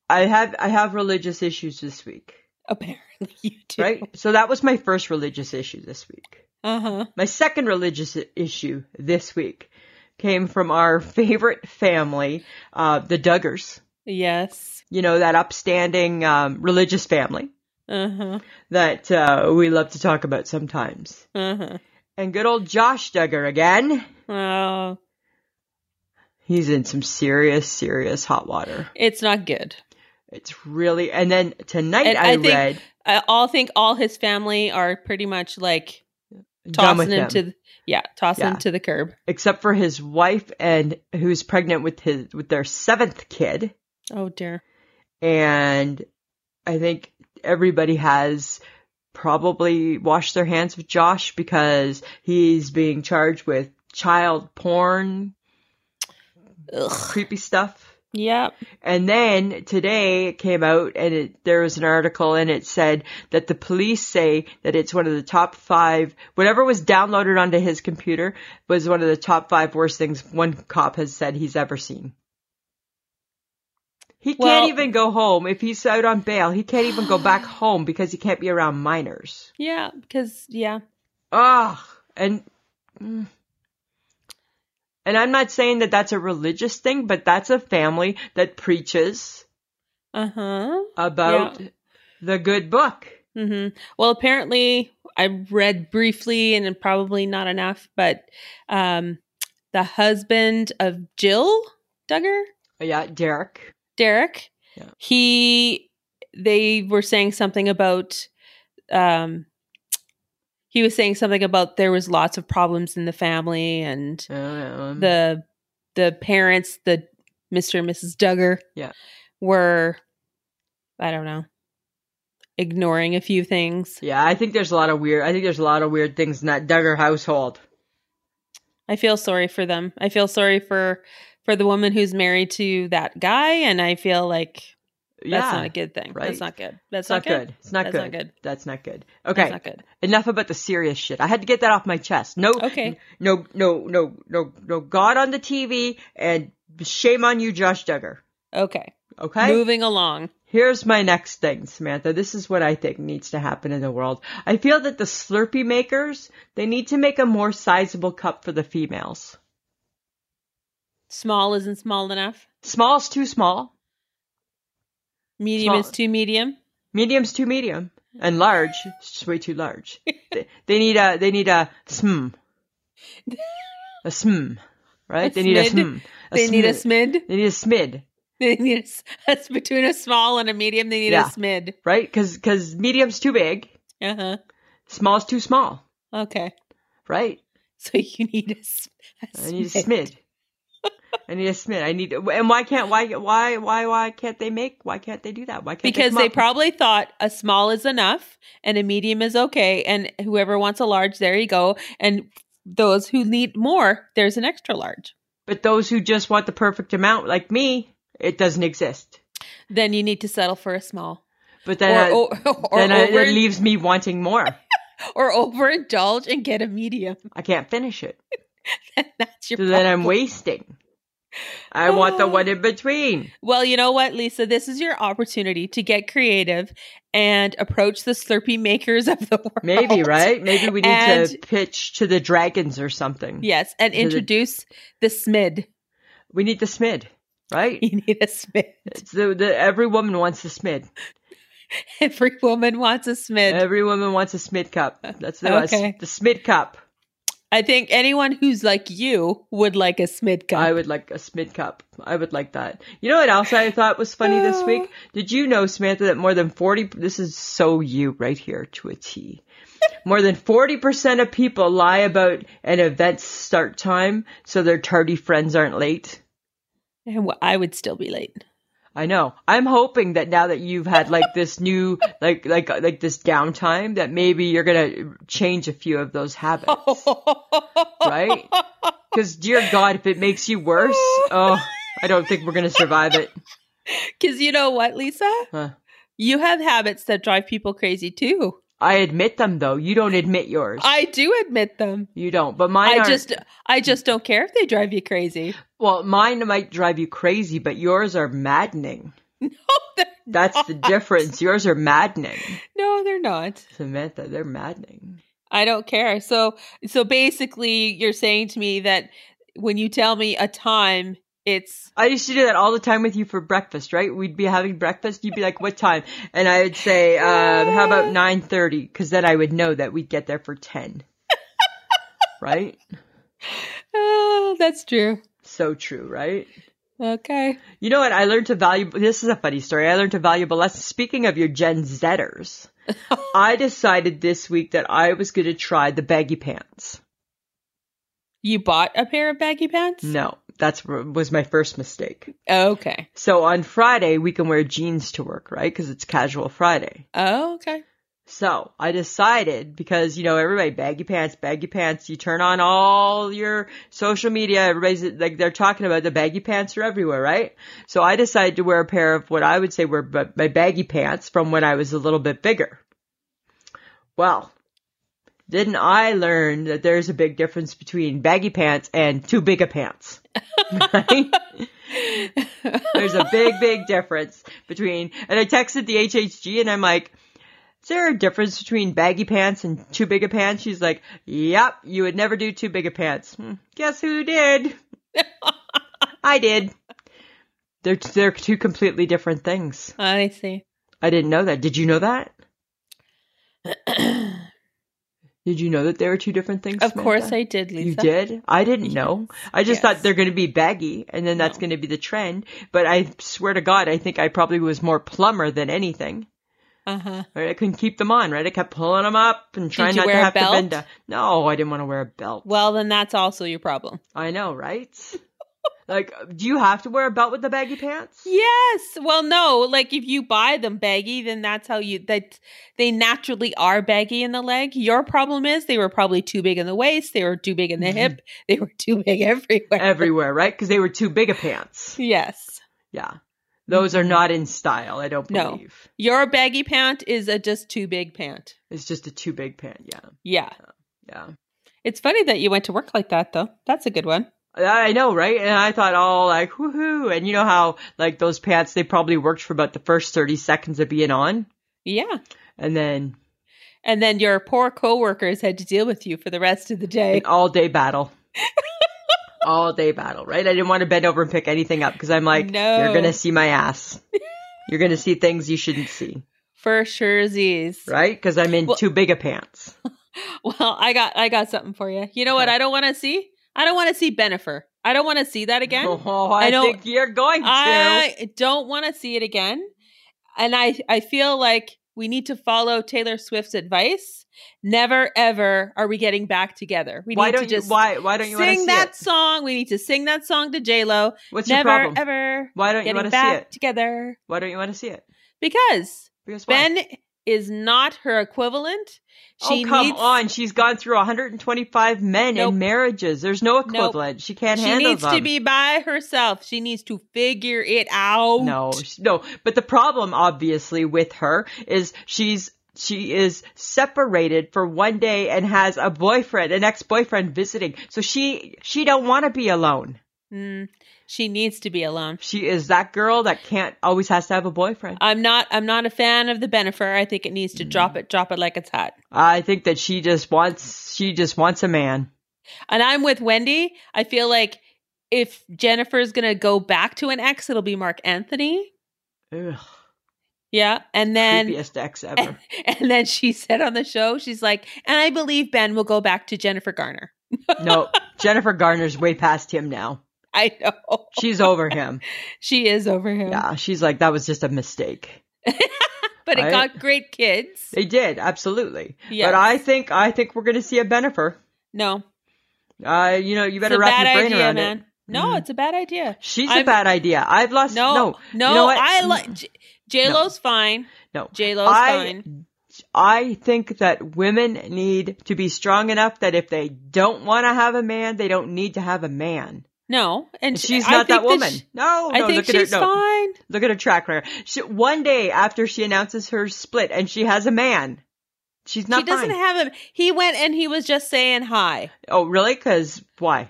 Speaker 4: I have I have religious issues this week,
Speaker 3: Apparently, you do.
Speaker 4: right? So that was my first religious issue this week.
Speaker 3: Uh huh.
Speaker 4: My second religious i- issue this week came from our favorite family, uh, the Duggars.
Speaker 3: Yes.
Speaker 4: You know that upstanding um, religious family
Speaker 3: Uh huh.
Speaker 4: that uh, we love to talk about sometimes.
Speaker 3: Uh huh.
Speaker 4: And good old Josh Duggar again.
Speaker 3: Oh,
Speaker 4: He's in some serious, serious hot water.
Speaker 3: it's not good.
Speaker 4: It's really, and then tonight
Speaker 3: And
Speaker 4: I,
Speaker 3: I think
Speaker 4: read
Speaker 3: I all think all his family are pretty much like
Speaker 4: Done with
Speaker 3: tossing him
Speaker 4: Them,
Speaker 3: to the, yeah, tossing
Speaker 4: Yeah.
Speaker 3: him to the curb.
Speaker 4: except for his wife and who's pregnant with his with their seventh kid,
Speaker 3: Oh dear.
Speaker 4: and I think everybody has probably washed their hands of Josh because he's being charged with child porn,
Speaker 3: Ugh.
Speaker 4: creepy stuff.
Speaker 3: Yeah.
Speaker 4: And then today it came out and it, there was an article and it said that the police say that it's one of the top five, whatever was downloaded onto his computer was one of the top five worst things one cop has said he's ever seen. He
Speaker 3: Well-
Speaker 4: can't even go home. If he's out on bail, he can't even go back home because he can't be around minors.
Speaker 3: Yeah. Because yeah.
Speaker 4: Ugh. And, mm. and I'm not saying that that's a religious thing, but that's a family that preaches
Speaker 3: Uh huh.
Speaker 4: about the good book.
Speaker 3: hmm Well, apparently, I read briefly and probably not enough, but um, the husband of Jill Duggar,
Speaker 4: Oh, Yeah, Derek.
Speaker 3: Derek,
Speaker 4: Yeah.
Speaker 3: he, they were saying something about, um, he was saying something about there was lots of problems in the family and
Speaker 4: Um,
Speaker 3: the the parents, the Mr. and Mrs. Duggar,
Speaker 4: Yeah.
Speaker 3: were, I don't know, ignoring a few things.
Speaker 4: yeah, I think there's a lot of weird. I think there's a lot of weird things in that Duggar household.
Speaker 3: I feel sorry for them. I feel sorry for for the woman who's married to that guy, and I feel like
Speaker 4: Yeah,
Speaker 3: that's not a good thing.
Speaker 4: right.
Speaker 3: That's not good. That's
Speaker 4: it's not good. It's not
Speaker 3: That's
Speaker 4: good.
Speaker 3: not good.
Speaker 4: That's not good.
Speaker 3: That's
Speaker 4: Okay,
Speaker 3: not good.
Speaker 4: enough about the serious shit. I had to get that off my chest. No,
Speaker 3: Okay.
Speaker 4: no, no, no, no, no. God on the TV, and shame on you, Josh Duggar.
Speaker 3: Okay.
Speaker 4: Okay.
Speaker 3: Moving along.
Speaker 4: Here's my next thing, Samantha. This is what I think needs to happen in the world. I feel that the Slurpee makers, they need to make a more sizable cup for the females.
Speaker 3: Small isn't small enough.
Speaker 4: Small's too small,
Speaker 3: Medium
Speaker 4: Small-
Speaker 3: is too medium.
Speaker 4: medium's too medium, and large is way too large. they, they need a they need a sm. A sm, right?
Speaker 3: A
Speaker 4: they need a sm.
Speaker 3: smid. They need a smid.
Speaker 4: smid. They need a smid,
Speaker 3: They need a, s- that's between a small and a medium. They need
Speaker 4: Yeah.
Speaker 3: a smid.
Speaker 4: right? Because medium's too big,
Speaker 3: Uh huh.
Speaker 4: small's too small,
Speaker 3: Okay.
Speaker 4: right?
Speaker 3: So you need a, s- a
Speaker 4: I need a
Speaker 3: smid.
Speaker 4: smid. I need a Smith. I need, and why can't why why why why can't they make? Why can't they do that? Why can't
Speaker 3: because
Speaker 4: come
Speaker 3: they
Speaker 4: up-
Speaker 3: probably thought a small is enough and a medium is okay and whoever wants a large there you go and those who need more there's an extra large
Speaker 4: But those who just want the perfect amount, like me, it doesn't exist.
Speaker 3: then you need to settle for a small
Speaker 4: But
Speaker 3: or,
Speaker 4: then, I-
Speaker 3: o- or,
Speaker 4: then I-
Speaker 3: over,
Speaker 4: it leaves me wanting more.
Speaker 3: or overindulge and get a medium
Speaker 4: I can't finish it.
Speaker 3: that's your
Speaker 4: So then I'm
Speaker 3: problem.
Speaker 4: wasting. I want the
Speaker 3: Oh.
Speaker 4: one in between.
Speaker 3: well you know what lisa this is your opportunity to get creative and approach the slurpee makers of the world
Speaker 4: Maybe right? Maybe we need to
Speaker 3: And-
Speaker 4: pitch to the dragons or something.
Speaker 3: yes and
Speaker 4: To the-
Speaker 3: introduce the smid
Speaker 4: We need the smid, right?
Speaker 3: you need a smid
Speaker 4: It's the, the every woman wants the smid.
Speaker 3: every woman wants a smid
Speaker 4: Every woman wants a smid cup. That's the
Speaker 3: Okay.
Speaker 4: the smid cup.
Speaker 3: I think anyone who's like you would like a Smid cup.
Speaker 4: I would like a Smid cup. I would like that. You know what else I thought was funny
Speaker 3: Uh.
Speaker 4: this week? Did you know, Samantha, that more than 40, this is so you right here to a T. More than 40% of people lie about an event's start time so their tardy friends aren't late.
Speaker 3: And w- I would still be late.
Speaker 4: I know. I'm hoping that now that you've had like this new, like, like, like this downtime that maybe you're going to change a few of those habits. Right? Cause dear God, if it makes you worse, oh, I don't think we're going to survive it.
Speaker 3: Because you know what, Lisa?
Speaker 4: Huh.
Speaker 3: You have habits that drive people crazy too.
Speaker 4: I admit them though. You don't admit yours.
Speaker 3: I do admit them.
Speaker 4: you don't. But mine
Speaker 3: I,
Speaker 4: aren't-
Speaker 3: just I just don't care if they drive you crazy.
Speaker 4: well, mine might drive you crazy, but yours are maddening. That's the difference. Yours are maddening.
Speaker 3: No, they're not.
Speaker 4: Samantha, they're maddening.
Speaker 3: I don't care. So so basically you're saying to me that when you tell me a time, it's
Speaker 4: I used to do that all the time with you for breakfast, right? We'd be having breakfast. You'd be like, "What time?" And I would say, um, "How about 9.30? Because then I would know that we'd get there for ten. right?
Speaker 3: oh, that's true.
Speaker 4: So true, right?
Speaker 3: Okay.
Speaker 4: You know what? I learned a valuable. This is a funny story. I learned a valuable lesson. Speaking of your Gen Zers, I decided this week that I was going to try the baggy pants.
Speaker 3: You bought a pair of baggy pants?
Speaker 4: No, that's was my first mistake.
Speaker 3: Okay.
Speaker 4: So on Friday we can wear jeans to work, right? Because it's casual Friday.
Speaker 3: Oh, okay.
Speaker 4: So I decided because you know everybody baggy pants, baggy pants. You turn on all your social media, everybody's like they're talking about the baggy pants are everywhere, right? So I decided to wear a pair of what I would say were b- my baggy pants from when I was a little bit bigger. Well, didn't I learn that there's a big difference between baggy pants and too big a pants? Right? There's a big, big difference between, and I texted the HHG and I'm like, is there a difference between baggy pants and too big a pants? She's like, yep, you would never do too big a pants. Hmm, Guess who did? I did. They're, they're two completely different things.
Speaker 3: I see.
Speaker 4: I didn't know that. Did you know that? Did you know that there were two different things?
Speaker 3: Of course
Speaker 4: Samantha?
Speaker 3: I did, Lisa.
Speaker 4: You did? I didn't know. I
Speaker 3: Yes.
Speaker 4: just thought they're going to be baggy and then that's
Speaker 3: No.
Speaker 4: going to be the trend. But I swear to God, I think I probably was more plumber than anything.
Speaker 3: Uh-huh.
Speaker 4: Right? I couldn't keep them on, right? I kept pulling them up and trying
Speaker 3: you
Speaker 4: not to
Speaker 3: wear a
Speaker 4: have to
Speaker 3: belt?
Speaker 4: bend down. No, I didn't want to wear a belt.
Speaker 3: Well, then that's also your problem.
Speaker 4: I know, right? like, do you have to wear a belt with the baggy pants?
Speaker 3: Yes. Well, no. Like if you buy them baggy, then that's how you that they naturally are baggy in the leg. Your problem is they were probably too big in the waist, they were too big in the hip, they were too big everywhere.
Speaker 4: Everywhere, right? Because they were too big a pants.
Speaker 3: Yes.
Speaker 4: Yeah. Those are not in style, I don't
Speaker 3: Mm-hmm. No.
Speaker 4: believe.
Speaker 3: Your baggy pant is a just too big pant.
Speaker 4: It's just a too big pant. Yeah.
Speaker 3: Yeah.
Speaker 4: Yeah.
Speaker 3: It's funny that you went to work like that though. That's a good one.
Speaker 4: I know, right? And I thought, oh, like, woohoo. And you know how, like, those pants, they probably worked for about the first 30 seconds of being on.
Speaker 3: Yeah.
Speaker 4: And then
Speaker 3: And then your poor coworkers had to deal with you for the rest of the day.
Speaker 4: an all day battle. all day battle, right? I didn't want to bend over and pick anything up because I'm like,
Speaker 3: No.
Speaker 4: you're going to see my ass. You're going to see things you shouldn't see,
Speaker 3: For sure, Z's.
Speaker 4: right? Because I'm in
Speaker 3: Well-
Speaker 4: too big a pants.
Speaker 3: Well, I got I got something for you. You know what? I don't want to see. I don't want to see Benifer. I don't want to see that again.
Speaker 4: Oh, I,
Speaker 3: I don't-
Speaker 4: think you're going to.
Speaker 3: I don't want to see it again. And I I feel like we need to follow Taylor Swift's advice. Never ever are we getting back together. We
Speaker 4: why
Speaker 3: need
Speaker 4: don't
Speaker 3: to just
Speaker 4: you? Why why don't you want to
Speaker 3: sing
Speaker 4: see
Speaker 3: that
Speaker 4: it?
Speaker 3: song. We need to sing that song to J Lo.
Speaker 4: What's
Speaker 3: Never
Speaker 4: your problem?
Speaker 3: ever
Speaker 4: Why don't you
Speaker 3: getting
Speaker 4: want to see
Speaker 3: back
Speaker 4: it?
Speaker 3: together
Speaker 4: Why don't you want to see it?
Speaker 3: because
Speaker 4: Because why?
Speaker 3: Ben is not her equivalent. She
Speaker 4: oh come
Speaker 3: needs,
Speaker 4: on! She's gone through 125 men
Speaker 3: Nope.
Speaker 4: and marriages. There's no equivalent. She can't
Speaker 3: She
Speaker 4: handle
Speaker 3: needs
Speaker 4: them.
Speaker 3: to be by herself. She needs to figure it out.
Speaker 4: No, sh- no. But the problem, obviously, with her is she's she is separated for one day and has a boyfriend, an ex-boyfriend visiting. So she she don't want to be alone.
Speaker 3: Mm, she needs to be alone.
Speaker 4: She is that girl that can't always has to have a boyfriend.
Speaker 3: I'm not. I'm not a fan of the Benefer. I think it needs to
Speaker 4: Mm.
Speaker 3: drop it. Drop it like it's hot.
Speaker 4: I think that she just wants she just wants a man.
Speaker 3: And I'm with Wendy. I feel like if Jennifer's gonna go back to an ex, it'll be Mark Anthony.
Speaker 4: Ugh,
Speaker 3: Yeah, and then
Speaker 4: creepiest ex
Speaker 3: and,
Speaker 4: ever.
Speaker 3: then she said on the show, she's like, and I believe Ben will go back to Jennifer Garner.
Speaker 4: no, Jennifer Garner's way past him now.
Speaker 3: I know
Speaker 4: She's over him.
Speaker 3: she is over him,
Speaker 4: Yeah, she's like that was just a mistake.
Speaker 3: but it
Speaker 4: I-
Speaker 3: got great kids.
Speaker 4: They did absolutely.
Speaker 3: Yes.
Speaker 4: But I think I think we're going to see a Benifer.
Speaker 3: No,
Speaker 4: Uh, you know, you better
Speaker 3: it's a
Speaker 4: wrap
Speaker 3: bad
Speaker 4: your brain
Speaker 3: idea,
Speaker 4: around
Speaker 3: man.
Speaker 4: it.
Speaker 3: No,
Speaker 4: Mhm.
Speaker 3: it's a bad idea.
Speaker 4: She's
Speaker 3: I'm-
Speaker 4: a bad idea. I've lost.
Speaker 3: No, no,
Speaker 4: no. You know what?
Speaker 3: I like J Lo's fine.
Speaker 4: No.
Speaker 3: J Lo's
Speaker 4: I-
Speaker 3: fine.
Speaker 4: I think that women need to be strong enough that if they don't want to have a man, they don't need to have a man.
Speaker 3: No, and
Speaker 4: She's
Speaker 3: I
Speaker 4: not that
Speaker 3: think
Speaker 4: woman.
Speaker 3: sh-
Speaker 4: no,
Speaker 3: I
Speaker 4: no.
Speaker 3: think
Speaker 4: look at her.
Speaker 3: she's
Speaker 4: No,
Speaker 3: fine.
Speaker 4: look at her track record. She, one day after she announces her split, and she has a man. She's not.
Speaker 3: she doesn't
Speaker 4: fine.
Speaker 3: have him. He went and he was just saying hi.
Speaker 4: Oh, really? Because why?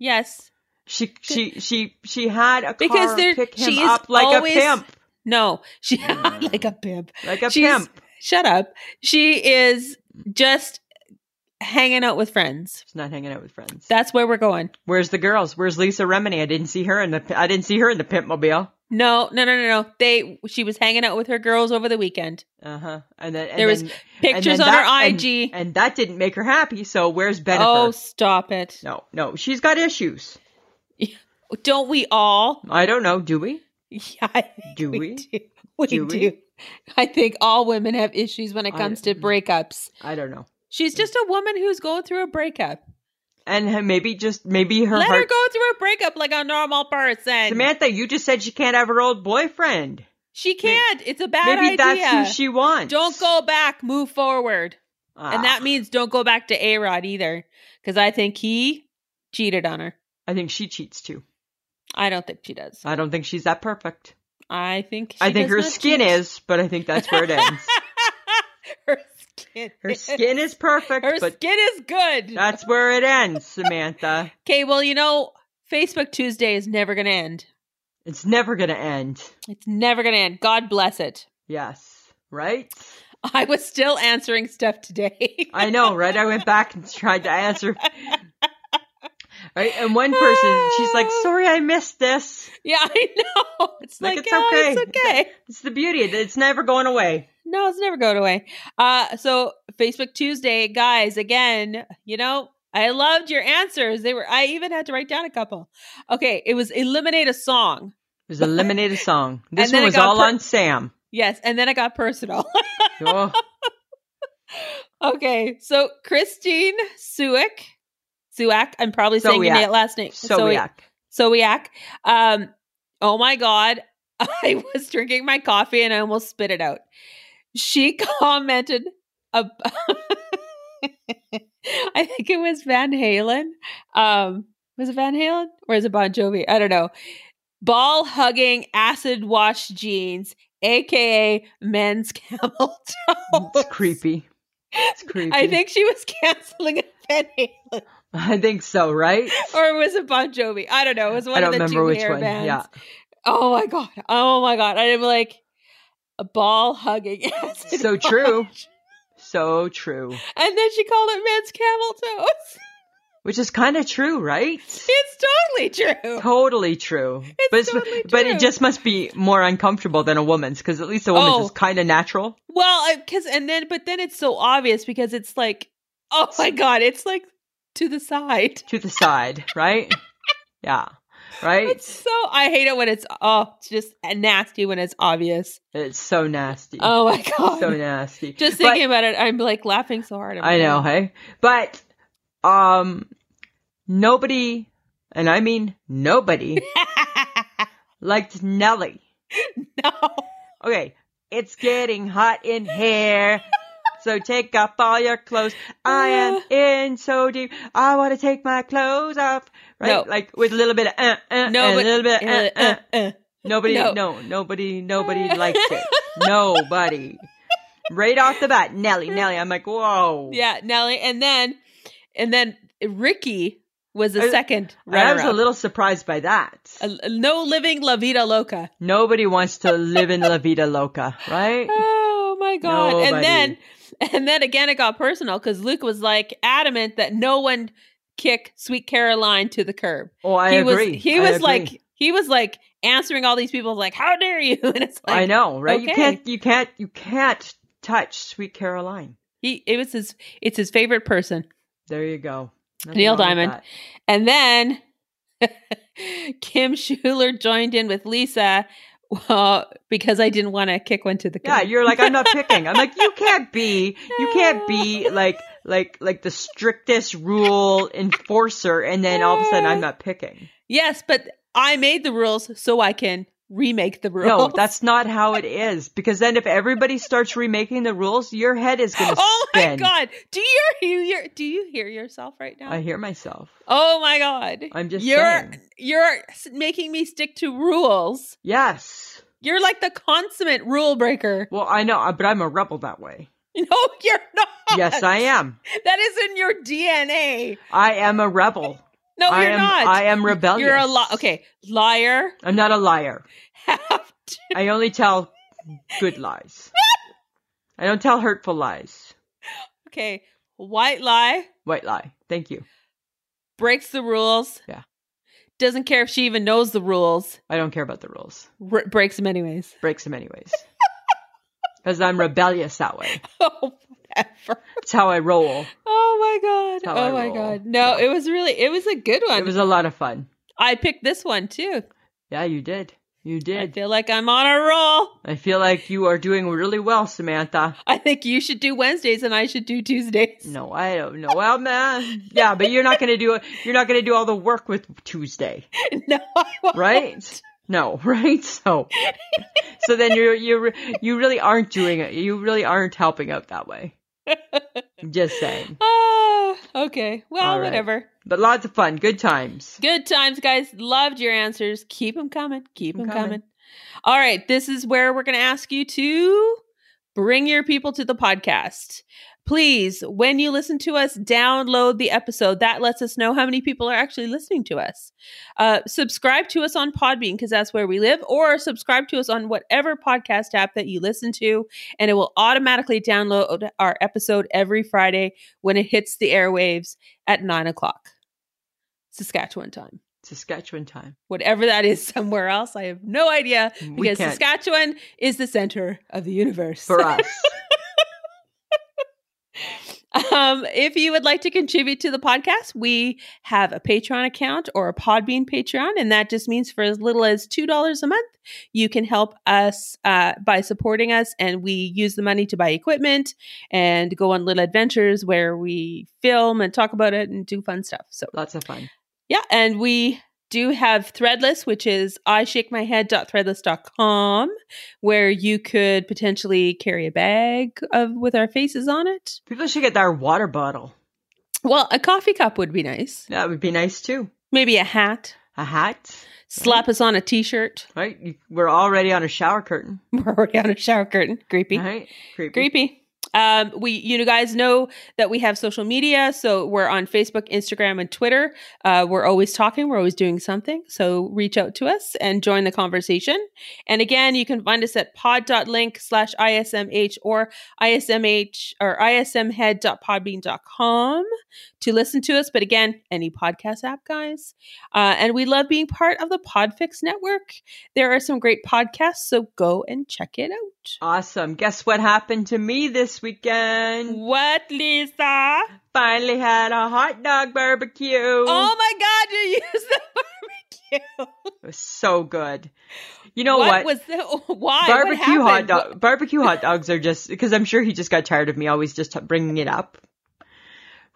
Speaker 3: Yes.
Speaker 4: She she she she had a
Speaker 3: Because
Speaker 4: car
Speaker 3: there-
Speaker 4: pick him
Speaker 3: she is
Speaker 4: up like
Speaker 3: always-
Speaker 4: a pimp,
Speaker 3: No. She like a pimp.
Speaker 4: like a
Speaker 3: She's-
Speaker 4: pimp.
Speaker 3: Shut up. She is just hanging out with friends.
Speaker 4: She's not hanging out with friends.
Speaker 3: That's where we're going.
Speaker 4: Where's the girls? Where's Lisa Remini? I didn't see her in the I didn't see her in the pimp mobile.
Speaker 3: No, no, no, no, no. They she was hanging out with her girls over the weekend.
Speaker 4: Uh huh. And then and
Speaker 3: Uh-huh. There was
Speaker 4: then,
Speaker 3: Pictures
Speaker 4: and then
Speaker 3: on
Speaker 4: that-
Speaker 3: her
Speaker 4: and-
Speaker 3: IG.
Speaker 4: and, that didn't make her happy. So where's Benifer?
Speaker 3: oh, stop it.
Speaker 4: no, no, she's got issues.
Speaker 3: Don't we all?
Speaker 4: I don't know. Do we?
Speaker 3: Yeah, I think
Speaker 4: Do
Speaker 3: we
Speaker 4: we?
Speaker 3: do. We
Speaker 4: Do
Speaker 3: do.
Speaker 4: we?
Speaker 3: I think all women have issues when it
Speaker 4: I-
Speaker 3: comes to breakups.
Speaker 4: I don't know.
Speaker 3: She's just a woman who's going through a breakup.
Speaker 4: And her- maybe just maybe her
Speaker 3: Let
Speaker 4: heart.
Speaker 3: her go through a breakup like a normal person.
Speaker 4: Samantha, you just said she can't have her old boyfriend.
Speaker 3: she can't. It's a bad
Speaker 4: maybe
Speaker 3: idea.
Speaker 4: that's who she wants.
Speaker 3: don't go back. Move forward.
Speaker 4: Ah,
Speaker 3: And that means don't go back to A Rod either, because I think he cheated on her.
Speaker 4: I think she cheats too.
Speaker 3: I don't think she does.
Speaker 4: I don't think she's that perfect.
Speaker 3: I think she
Speaker 4: I think
Speaker 3: does
Speaker 4: her
Speaker 3: not
Speaker 4: skin
Speaker 3: cheat.
Speaker 4: is, but I think that's where it ends.
Speaker 3: her skin.
Speaker 4: Her skin is perfect,
Speaker 3: Her
Speaker 4: but
Speaker 3: skin is good.
Speaker 4: that's where it ends, Samantha.
Speaker 3: Okay, well, you know, Facebook Tuesday is never going to end.
Speaker 4: It's never going to end.
Speaker 3: It's never going to end. God bless it.
Speaker 4: Yes. Right?
Speaker 3: I was still answering stuff today.
Speaker 4: I know, right? I went back and tried to answer. Right? And one person, she's like, sorry, I missed this.
Speaker 3: yeah, I know. It's like,
Speaker 4: Like, it's
Speaker 3: oh,
Speaker 4: okay.
Speaker 3: it's okay.
Speaker 4: It's the beauty. It's never going away.
Speaker 3: No, it's never going away. Uh, so Facebook Tuesday, guys, again, you know, I loved your answers. They were I even had to write down a couple. Okay, it was eliminate a song.
Speaker 4: It was a Lemonade song. This
Speaker 3: And then
Speaker 4: one
Speaker 3: it
Speaker 4: was
Speaker 3: got
Speaker 4: all
Speaker 3: per-
Speaker 4: on Sam.
Speaker 3: Yes, and then it got personal.
Speaker 4: Oh,
Speaker 3: okay, so Christine Suick. Suak, I'm probably saying your
Speaker 4: Sowiak.
Speaker 3: na- last name.
Speaker 4: so
Speaker 3: Sowiak.
Speaker 4: yuck.
Speaker 3: Sowiak. Um, oh my God. I was drinking my coffee and I almost spit it out. She commented, ab- I think it was Van Halen. Um, was it Van Halen or is it Bon Jovi? I don't know. Ball hugging acid wash jeans, aka men's camel toe.
Speaker 4: It's creepy. It's creepy.
Speaker 3: I think she was canceling a Van Halen
Speaker 4: I think so, right?
Speaker 3: or was it Bon Jovi? I don't know. It was one
Speaker 4: I don't
Speaker 3: of the
Speaker 4: remember
Speaker 3: two
Speaker 4: which
Speaker 3: hair
Speaker 4: one.
Speaker 3: bands.
Speaker 4: Yeah.
Speaker 3: Oh my god. Oh my god. I'm like a ball hugging acid
Speaker 4: So
Speaker 3: wash.
Speaker 4: true. So true.
Speaker 3: And then she called it men's camel toes.
Speaker 4: Which is kind of true, right?
Speaker 3: It's totally true.
Speaker 4: Totally true. but, it's-
Speaker 3: totally
Speaker 4: but
Speaker 3: true.
Speaker 4: it just must be more uncomfortable than a woman's because at least a woman's
Speaker 3: Oh.
Speaker 4: is kind of natural.
Speaker 3: Well, because and then but then it's so obvious because it's like, oh my god, it's like to the side.
Speaker 4: to the side, right? Yeah. right?
Speaker 3: It's so I hate it when it's oh, it's just nasty when it's obvious.
Speaker 4: It's so nasty.
Speaker 3: Oh my god.
Speaker 4: so nasty.
Speaker 3: just
Speaker 4: But-
Speaker 3: thinking about it, I'm like laughing so hard. I'm
Speaker 4: I know,
Speaker 3: like,
Speaker 4: hey. But um nobody and I mean nobody liked Nelly.
Speaker 3: no.
Speaker 4: Okay, it's getting hot in here. So take off all your clothes. I am in so deep. I want to take my clothes off. Right?
Speaker 3: No.
Speaker 4: Like with a little bit of uh, uh,
Speaker 3: No, but
Speaker 4: and a little bit of uh, uh.
Speaker 3: uh, uh.
Speaker 4: Nobody,
Speaker 3: No.
Speaker 4: no. nobody, nobody liked it. Nobody. Right off the bat, Nelly, Nelly. I'm like, whoa.
Speaker 3: Yeah, Nelly, and then and then Ricky was the
Speaker 4: I-
Speaker 3: second
Speaker 4: Uh, I was
Speaker 3: runner-up.
Speaker 4: a little surprised by that.
Speaker 3: A- a no living La Vida Loca.
Speaker 4: Nobody wants to live in La Vida Loca, right?
Speaker 3: Oh my god! And
Speaker 4: Nobody.
Speaker 3: then and then again, it got personal because Luke was like adamant that no one kick Sweet Caroline to the curb.
Speaker 4: Oh, I
Speaker 3: he
Speaker 4: agree.
Speaker 3: was he
Speaker 4: I
Speaker 3: was
Speaker 4: agree.
Speaker 3: like he was like answering all these people like how dare you and it's like
Speaker 4: I know, right?
Speaker 3: okay.
Speaker 4: You can't, you can't, you can't touch Sweet Caroline.
Speaker 3: he it was his it's his favorite person
Speaker 4: There you go. Nothing
Speaker 3: Neil
Speaker 4: wrong with
Speaker 3: Diamond.
Speaker 4: that.
Speaker 3: and then Kim Schuler joined in with Lisa uh, because I didn't want to kick one to the curb.
Speaker 4: Yeah, you're like, I'm not picking. I'm like, you can't be, you can't be like, like, like the strictest rule enforcer, and then all of a sudden, I'm not picking.
Speaker 3: yes, but I made the rules so I can remake the rules.
Speaker 4: No, that's not how it is. Because then, if everybody starts remaking the rules, your head is going to
Speaker 3: Oh my
Speaker 4: spin.
Speaker 3: god! Do you hear, hear do you hear yourself right now?
Speaker 4: I hear myself.
Speaker 3: oh my god!
Speaker 4: I'm just
Speaker 3: you're
Speaker 4: saying.
Speaker 3: you're s- making me stick to rules.
Speaker 4: Yes.
Speaker 3: You're like the consummate rule breaker.
Speaker 4: Well, I know, but I'm a rebel that way.
Speaker 3: No, you're not.
Speaker 4: Yes, I am.
Speaker 3: That is in your DNA.
Speaker 4: I am a rebel.
Speaker 3: No,
Speaker 4: I
Speaker 3: you're
Speaker 4: am.
Speaker 3: not.
Speaker 4: I am rebellious.
Speaker 3: You're a li- okay liar.
Speaker 4: I'm not a liar.
Speaker 3: Have to-
Speaker 4: I only tell good lies. I don't tell hurtful lies.
Speaker 3: okay, white lie
Speaker 4: White lie. Thank you.
Speaker 3: breaks the rules.
Speaker 4: Yeah.
Speaker 3: doesn't care if she even knows the rules.
Speaker 4: I don't care about the rules.
Speaker 3: R- breaks them anyways.
Speaker 4: Breaks them anyways. Because I'm rebellious that way.
Speaker 3: Oh, whatever.
Speaker 4: That's how I roll.
Speaker 3: Oh my
Speaker 4: how
Speaker 3: god.
Speaker 4: I
Speaker 3: Oh my
Speaker 4: roll.
Speaker 3: god. No,
Speaker 4: Yeah.
Speaker 3: it was really it was a good one.
Speaker 4: It was a lot of fun.
Speaker 3: I picked this one too.
Speaker 4: Yeah, you did. You
Speaker 3: I
Speaker 4: did.
Speaker 3: feel like I'm on a roll.
Speaker 4: I feel like you are doing really well, Samantha.
Speaker 3: I think you should do Wednesdays and I should do Tuesdays.
Speaker 4: No, I don't know. Well, man, yeah, but you're not gonna do you're not gonna do all the work with Tuesday.
Speaker 3: No, I won't.
Speaker 4: right? No, right? So, so then you you you really aren't doing it. You really aren't helping out that way. Just saying,
Speaker 3: Ah, okay. Well,
Speaker 4: All right.
Speaker 3: whatever.
Speaker 4: but lots of fun, good times.
Speaker 3: Good times, guys. Loved your answers. Keep them coming. Keep
Speaker 4: 'em
Speaker 3: them coming.
Speaker 4: coming.
Speaker 3: All right. This is where we're going to ask you to bring your people to the podcast. Please, when you listen to us, download the episode. That lets us know how many people are actually listening to us. Uh, subscribe to us on Podbean because that's where we live, or subscribe to us on whatever podcast app that you listen to, and it will automatically download our episode every Friday when it hits the airwaves at nine o'clock. Saskatchewan time.
Speaker 4: Saskatchewan time.
Speaker 3: Whatever that is somewhere else, I have no idea
Speaker 4: We
Speaker 3: because
Speaker 4: can't
Speaker 3: Saskatchewan is the center of the universe.
Speaker 4: for us.
Speaker 3: um, if you would like to contribute to the podcast, we have a Patreon account or a Podbean Patreon, and that just means for as little as two dollars a month, you can help us uh, by supporting us, and we use the money to buy equipment and go on little adventures where we film and talk about it and do fun stuff. So
Speaker 4: Lots of fun.
Speaker 3: Yeah, and we do have Threadless, which is ishakemyhead.threadless.com, where you could potentially carry a bag of with our faces on it.
Speaker 4: People should get their water bottle.
Speaker 3: Well, a coffee cup would be nice.
Speaker 4: That would be nice too.
Speaker 3: Maybe a hat.
Speaker 4: A hat,
Speaker 3: Slap us on a t-shirt.
Speaker 4: right? You- We're already on a shower curtain,
Speaker 3: We're already on a shower curtain. Creepy.
Speaker 4: right? Creepy.
Speaker 3: Creepy. Um, we, you guys know that we have social media, so we're on Facebook, Instagram, and Twitter. Uh, we're always talking, we're always doing something. So reach out to us and join the conversation. And again, you can find us at pod.link slash ismh or ismh or ismhead.podbean.com to listen to us. But again, any podcast app, guys. Uh, and we love being part of the Podfix network. There are some great podcasts, so go and check it out.
Speaker 4: Awesome. Guess what happened to me this weekend?
Speaker 3: What, Lisa?
Speaker 4: Finally had a hot dog barbecue.
Speaker 3: Oh my God, you used the barbecue. you.
Speaker 4: It was so good. You know
Speaker 3: what,
Speaker 4: what?
Speaker 3: was the why What
Speaker 4: barbecue hot
Speaker 3: happened?
Speaker 4: dog. Barbecue hot dogs are just because I'm sure he just got tired of me always just t- bringing it up,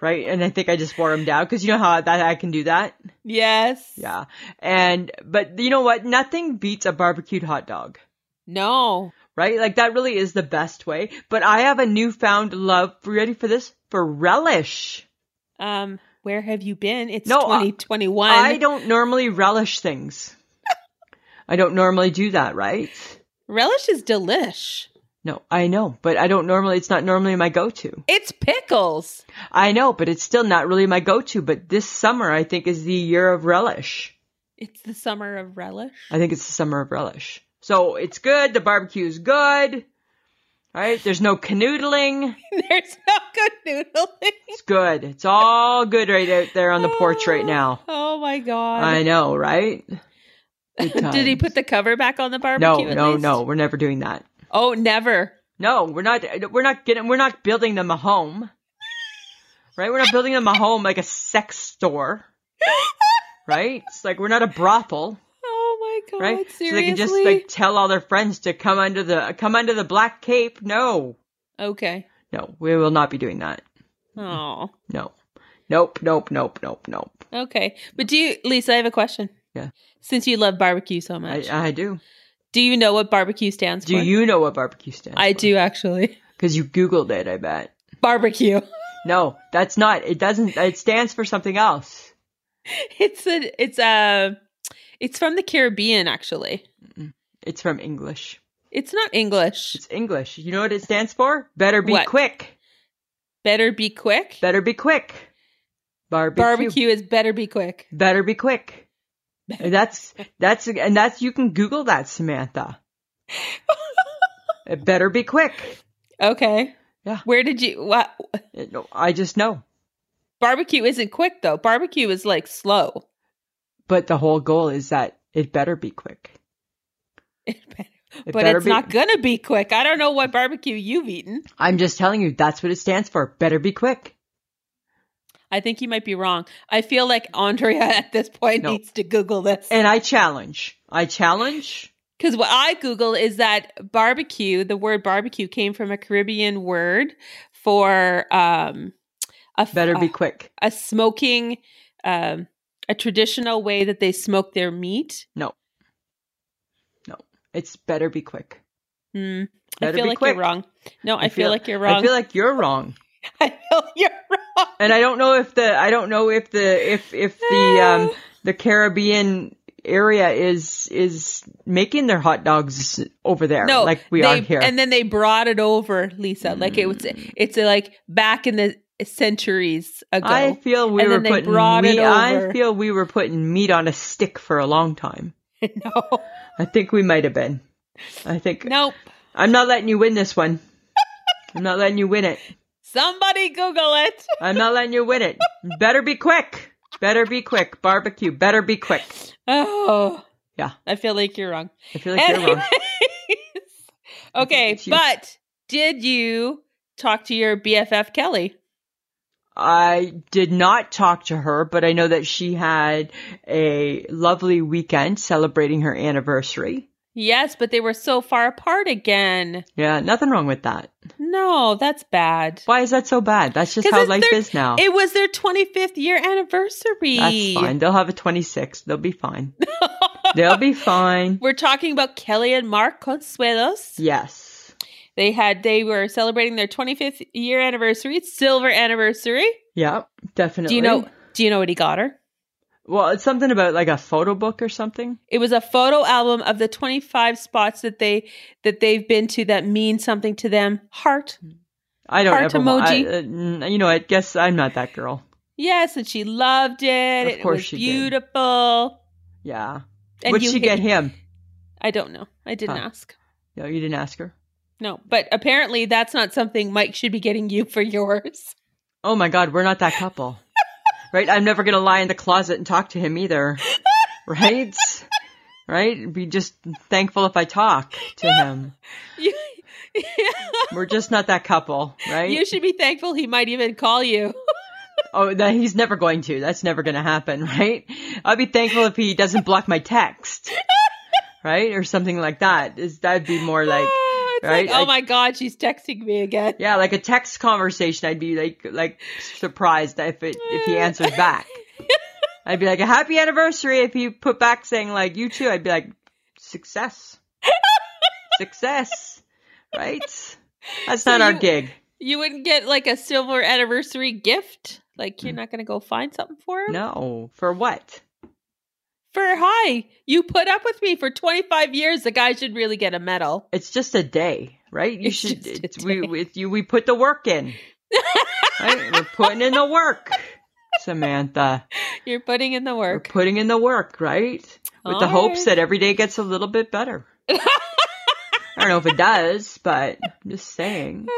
Speaker 4: right? And I think I just wore him down because you know how that I can do that.
Speaker 3: Yes.
Speaker 4: Yeah. And but you know what? Nothing beats a barbecued hot dog.
Speaker 3: No.
Speaker 4: Right? Like that really is the best way. But I have a newfound love. Ready for this? For relish.
Speaker 3: Um. Where have you been? It's
Speaker 4: No, I-
Speaker 3: 2021.
Speaker 4: I don't normally relish things. I don't normally do that, right?
Speaker 3: Relish is delish.
Speaker 4: No, I know, but I don't normally, it's not normally my go-to.
Speaker 3: It's pickles.
Speaker 4: I know, but it's still not really my go-to, but this summer I think is the year of relish.
Speaker 3: It's the summer of relish.
Speaker 4: I think it's the summer of relish. So it's good, the barbecue's good, right? There's no canoodling.
Speaker 3: There's no good noodling.
Speaker 4: It's good. It's all good right out there on the porch right now.
Speaker 3: Oh my god.
Speaker 4: I know, right? Good
Speaker 3: Did he
Speaker 4: times.
Speaker 3: put the cover back on the
Speaker 4: No,
Speaker 3: barbecue? at
Speaker 4: no,
Speaker 3: least?
Speaker 4: no. We're never doing that.
Speaker 3: Oh, never.
Speaker 4: No, we're not. We're not getting. We're not building them a home, right? We're not building them a home like a sex store, right? It's like we're not a brothel,
Speaker 3: Oh my god.
Speaker 4: right?
Speaker 3: Seriously.
Speaker 4: So they can just like tell all their friends to come under the come under the black cape. No,
Speaker 3: okay.
Speaker 4: no, we will not be doing that.
Speaker 3: Oh.
Speaker 4: No, nope, nope, nope, nope, nope.
Speaker 3: Okay. But do you Lisa, I have a question.
Speaker 4: Yeah.
Speaker 3: Since you love barbecue so
Speaker 4: I,
Speaker 3: much.
Speaker 4: I do.
Speaker 3: do you know what barbecue stands
Speaker 4: Do
Speaker 3: for?
Speaker 4: you know what barbecue stands?
Speaker 3: I do actually.
Speaker 4: because you googled it. I bet.
Speaker 3: Barbecue.
Speaker 4: No, that's not. It doesn't. It stands for something else.
Speaker 3: It's a it's a it's from the Caribbean actually.
Speaker 4: It's from English.
Speaker 3: It's not English.
Speaker 4: It's English. You know what it stands for? Better be
Speaker 3: What?
Speaker 4: quick.
Speaker 3: Better be quick.
Speaker 4: Better be quick. Barbecue.
Speaker 3: barbecue is better be quick.
Speaker 4: Better be quick. And That's that's and that's you can Google that, Samantha. It better be quick.
Speaker 3: Okay.
Speaker 4: Yeah.
Speaker 3: Where did you what
Speaker 4: It- no, I just know.
Speaker 3: barbecue isn't quick though. Barbecue is like slow.
Speaker 4: But the whole goal is that it better be quick. It
Speaker 3: but
Speaker 4: better
Speaker 3: it's
Speaker 4: be-
Speaker 3: not gonna be quick. I don't know what barbecue you've eaten.
Speaker 4: I'm just telling you, that's what it stands for. Better be quick.
Speaker 3: I think you might be wrong. I feel like Andrea at this point
Speaker 4: No.
Speaker 3: needs to Google this
Speaker 4: And I challenge. I challenge.
Speaker 3: because what I Google is that barbecue. The word barbecue came from a Caribbean word for um, a f-
Speaker 4: Better be
Speaker 3: a,
Speaker 4: quick.
Speaker 3: a smoking, um, a traditional way that they smoke their meat.
Speaker 4: No. No. It's better be quick.
Speaker 3: Hmm. I
Speaker 4: Better
Speaker 3: feel
Speaker 4: be
Speaker 3: like
Speaker 4: quick.
Speaker 3: you're wrong. No, I, feel, like you're wrong.
Speaker 4: I feel like you're wrong.
Speaker 3: I feel you're wrong.
Speaker 4: and I don't know if the I don't know if the if if the um the Caribbean area is is making their hot dogs over there
Speaker 3: No,
Speaker 4: like we
Speaker 3: they,
Speaker 4: are here. Hmm.
Speaker 3: And then they brought it over, Lisa. Like it was, it's uh, like back in the centuries ago.
Speaker 4: I feel we
Speaker 3: and
Speaker 4: were
Speaker 3: then they
Speaker 4: putting
Speaker 3: brought it
Speaker 4: meat, I
Speaker 3: over.
Speaker 4: feel we were putting meat on a stick for a long time.
Speaker 3: no,
Speaker 4: I think we might have been. I think
Speaker 3: nope.
Speaker 4: I'm not letting you win this one. I'm not letting you win it.
Speaker 3: Somebody Google it.
Speaker 4: I'm not letting you win it. Better be quick. Better be quick. Barbecue. Better be quick.
Speaker 3: Oh,
Speaker 4: Yeah.
Speaker 3: I feel like you're wrong.
Speaker 4: I feel like you're wrong.
Speaker 3: Anyways. okay,
Speaker 4: it's you.
Speaker 3: but did you talk to your BFF Kelly?
Speaker 4: I did not talk to her, but I know that she had a lovely weekend celebrating her anniversary.
Speaker 3: Yes, but they were so far apart again.
Speaker 4: Yeah, nothing wrong with that.
Speaker 3: No, that's bad.
Speaker 4: Why is that so bad? That's just
Speaker 3: 'Cause
Speaker 4: how
Speaker 3: it's
Speaker 4: life
Speaker 3: their-
Speaker 4: is now.
Speaker 3: It was their 25th year anniversary.
Speaker 4: That's fine. They'll have a 26. They'll be fine. They'll be fine.
Speaker 3: We're talking about Kelly and Mark Consuelos.
Speaker 4: Yes.
Speaker 3: They had they were celebrating their 25th year anniversary, it's silver anniversary.
Speaker 4: Yep, definitely.
Speaker 3: Do you know do you know what he got her?
Speaker 4: Well, it's something about like a photo book or something.
Speaker 3: It was a photo album of the 25 spots that they that they've been to that mean something to them. Heart.
Speaker 4: Hmm. I don't
Speaker 3: Heart
Speaker 4: ever wa- I-
Speaker 3: emoji.
Speaker 4: uh, n- you know, I guess I'm not that girl.
Speaker 3: Yes, and she loved it.
Speaker 4: Of
Speaker 3: it
Speaker 4: course
Speaker 3: was
Speaker 4: she did.
Speaker 3: beautiful.
Speaker 4: Yeah.
Speaker 3: And
Speaker 4: What'd
Speaker 3: you
Speaker 4: she
Speaker 3: hit-
Speaker 4: get him?
Speaker 3: I don't know. I didn't
Speaker 4: Huh.
Speaker 3: ask.
Speaker 4: No, you didn't ask her.
Speaker 3: No, but apparently that's not something Mike should be getting you for yours.
Speaker 4: Oh my God, we're not that couple. right? I'm never going to lie in the closet and talk to him either. Right? right? Be just thankful if I talk to him.
Speaker 3: You,
Speaker 4: We're just not that couple, right?
Speaker 3: you should be thankful he might even call you.
Speaker 4: Oh, that he's never going to. That's never going to happen, right? I'd be thankful if he doesn't block my text, right, or something like that. Is that'd be more like,
Speaker 3: Ah, it's
Speaker 4: right?
Speaker 3: like, oh
Speaker 4: I-
Speaker 3: my god, she's texting me again.
Speaker 4: yeah, like a text conversation. I'd be like, like surprised if it if he answered back. I'd be like a happy anniversary if you put back saying like you too. I'd be like success, success, right? That's
Speaker 3: So
Speaker 4: not our
Speaker 3: you-
Speaker 4: gig.
Speaker 3: You wouldn't get like a silver anniversary gift. Like you're not gonna go find something for him.
Speaker 4: Hmm. No, for what?
Speaker 3: For hi, you put up with me for 25 years. The guy should really get a medal.
Speaker 4: It's just a day, right? You
Speaker 3: It's
Speaker 4: should.
Speaker 3: just a
Speaker 4: It's, we
Speaker 3: day.
Speaker 4: with you. We put the work in. right? We're putting in the work, Samantha.
Speaker 3: You're putting in the
Speaker 4: We're
Speaker 3: work.
Speaker 4: putting in the work, right? With the
Speaker 3: All
Speaker 4: hopes
Speaker 3: right.
Speaker 4: that every day gets a little bit better. I don't know if it does, but I'm just saying.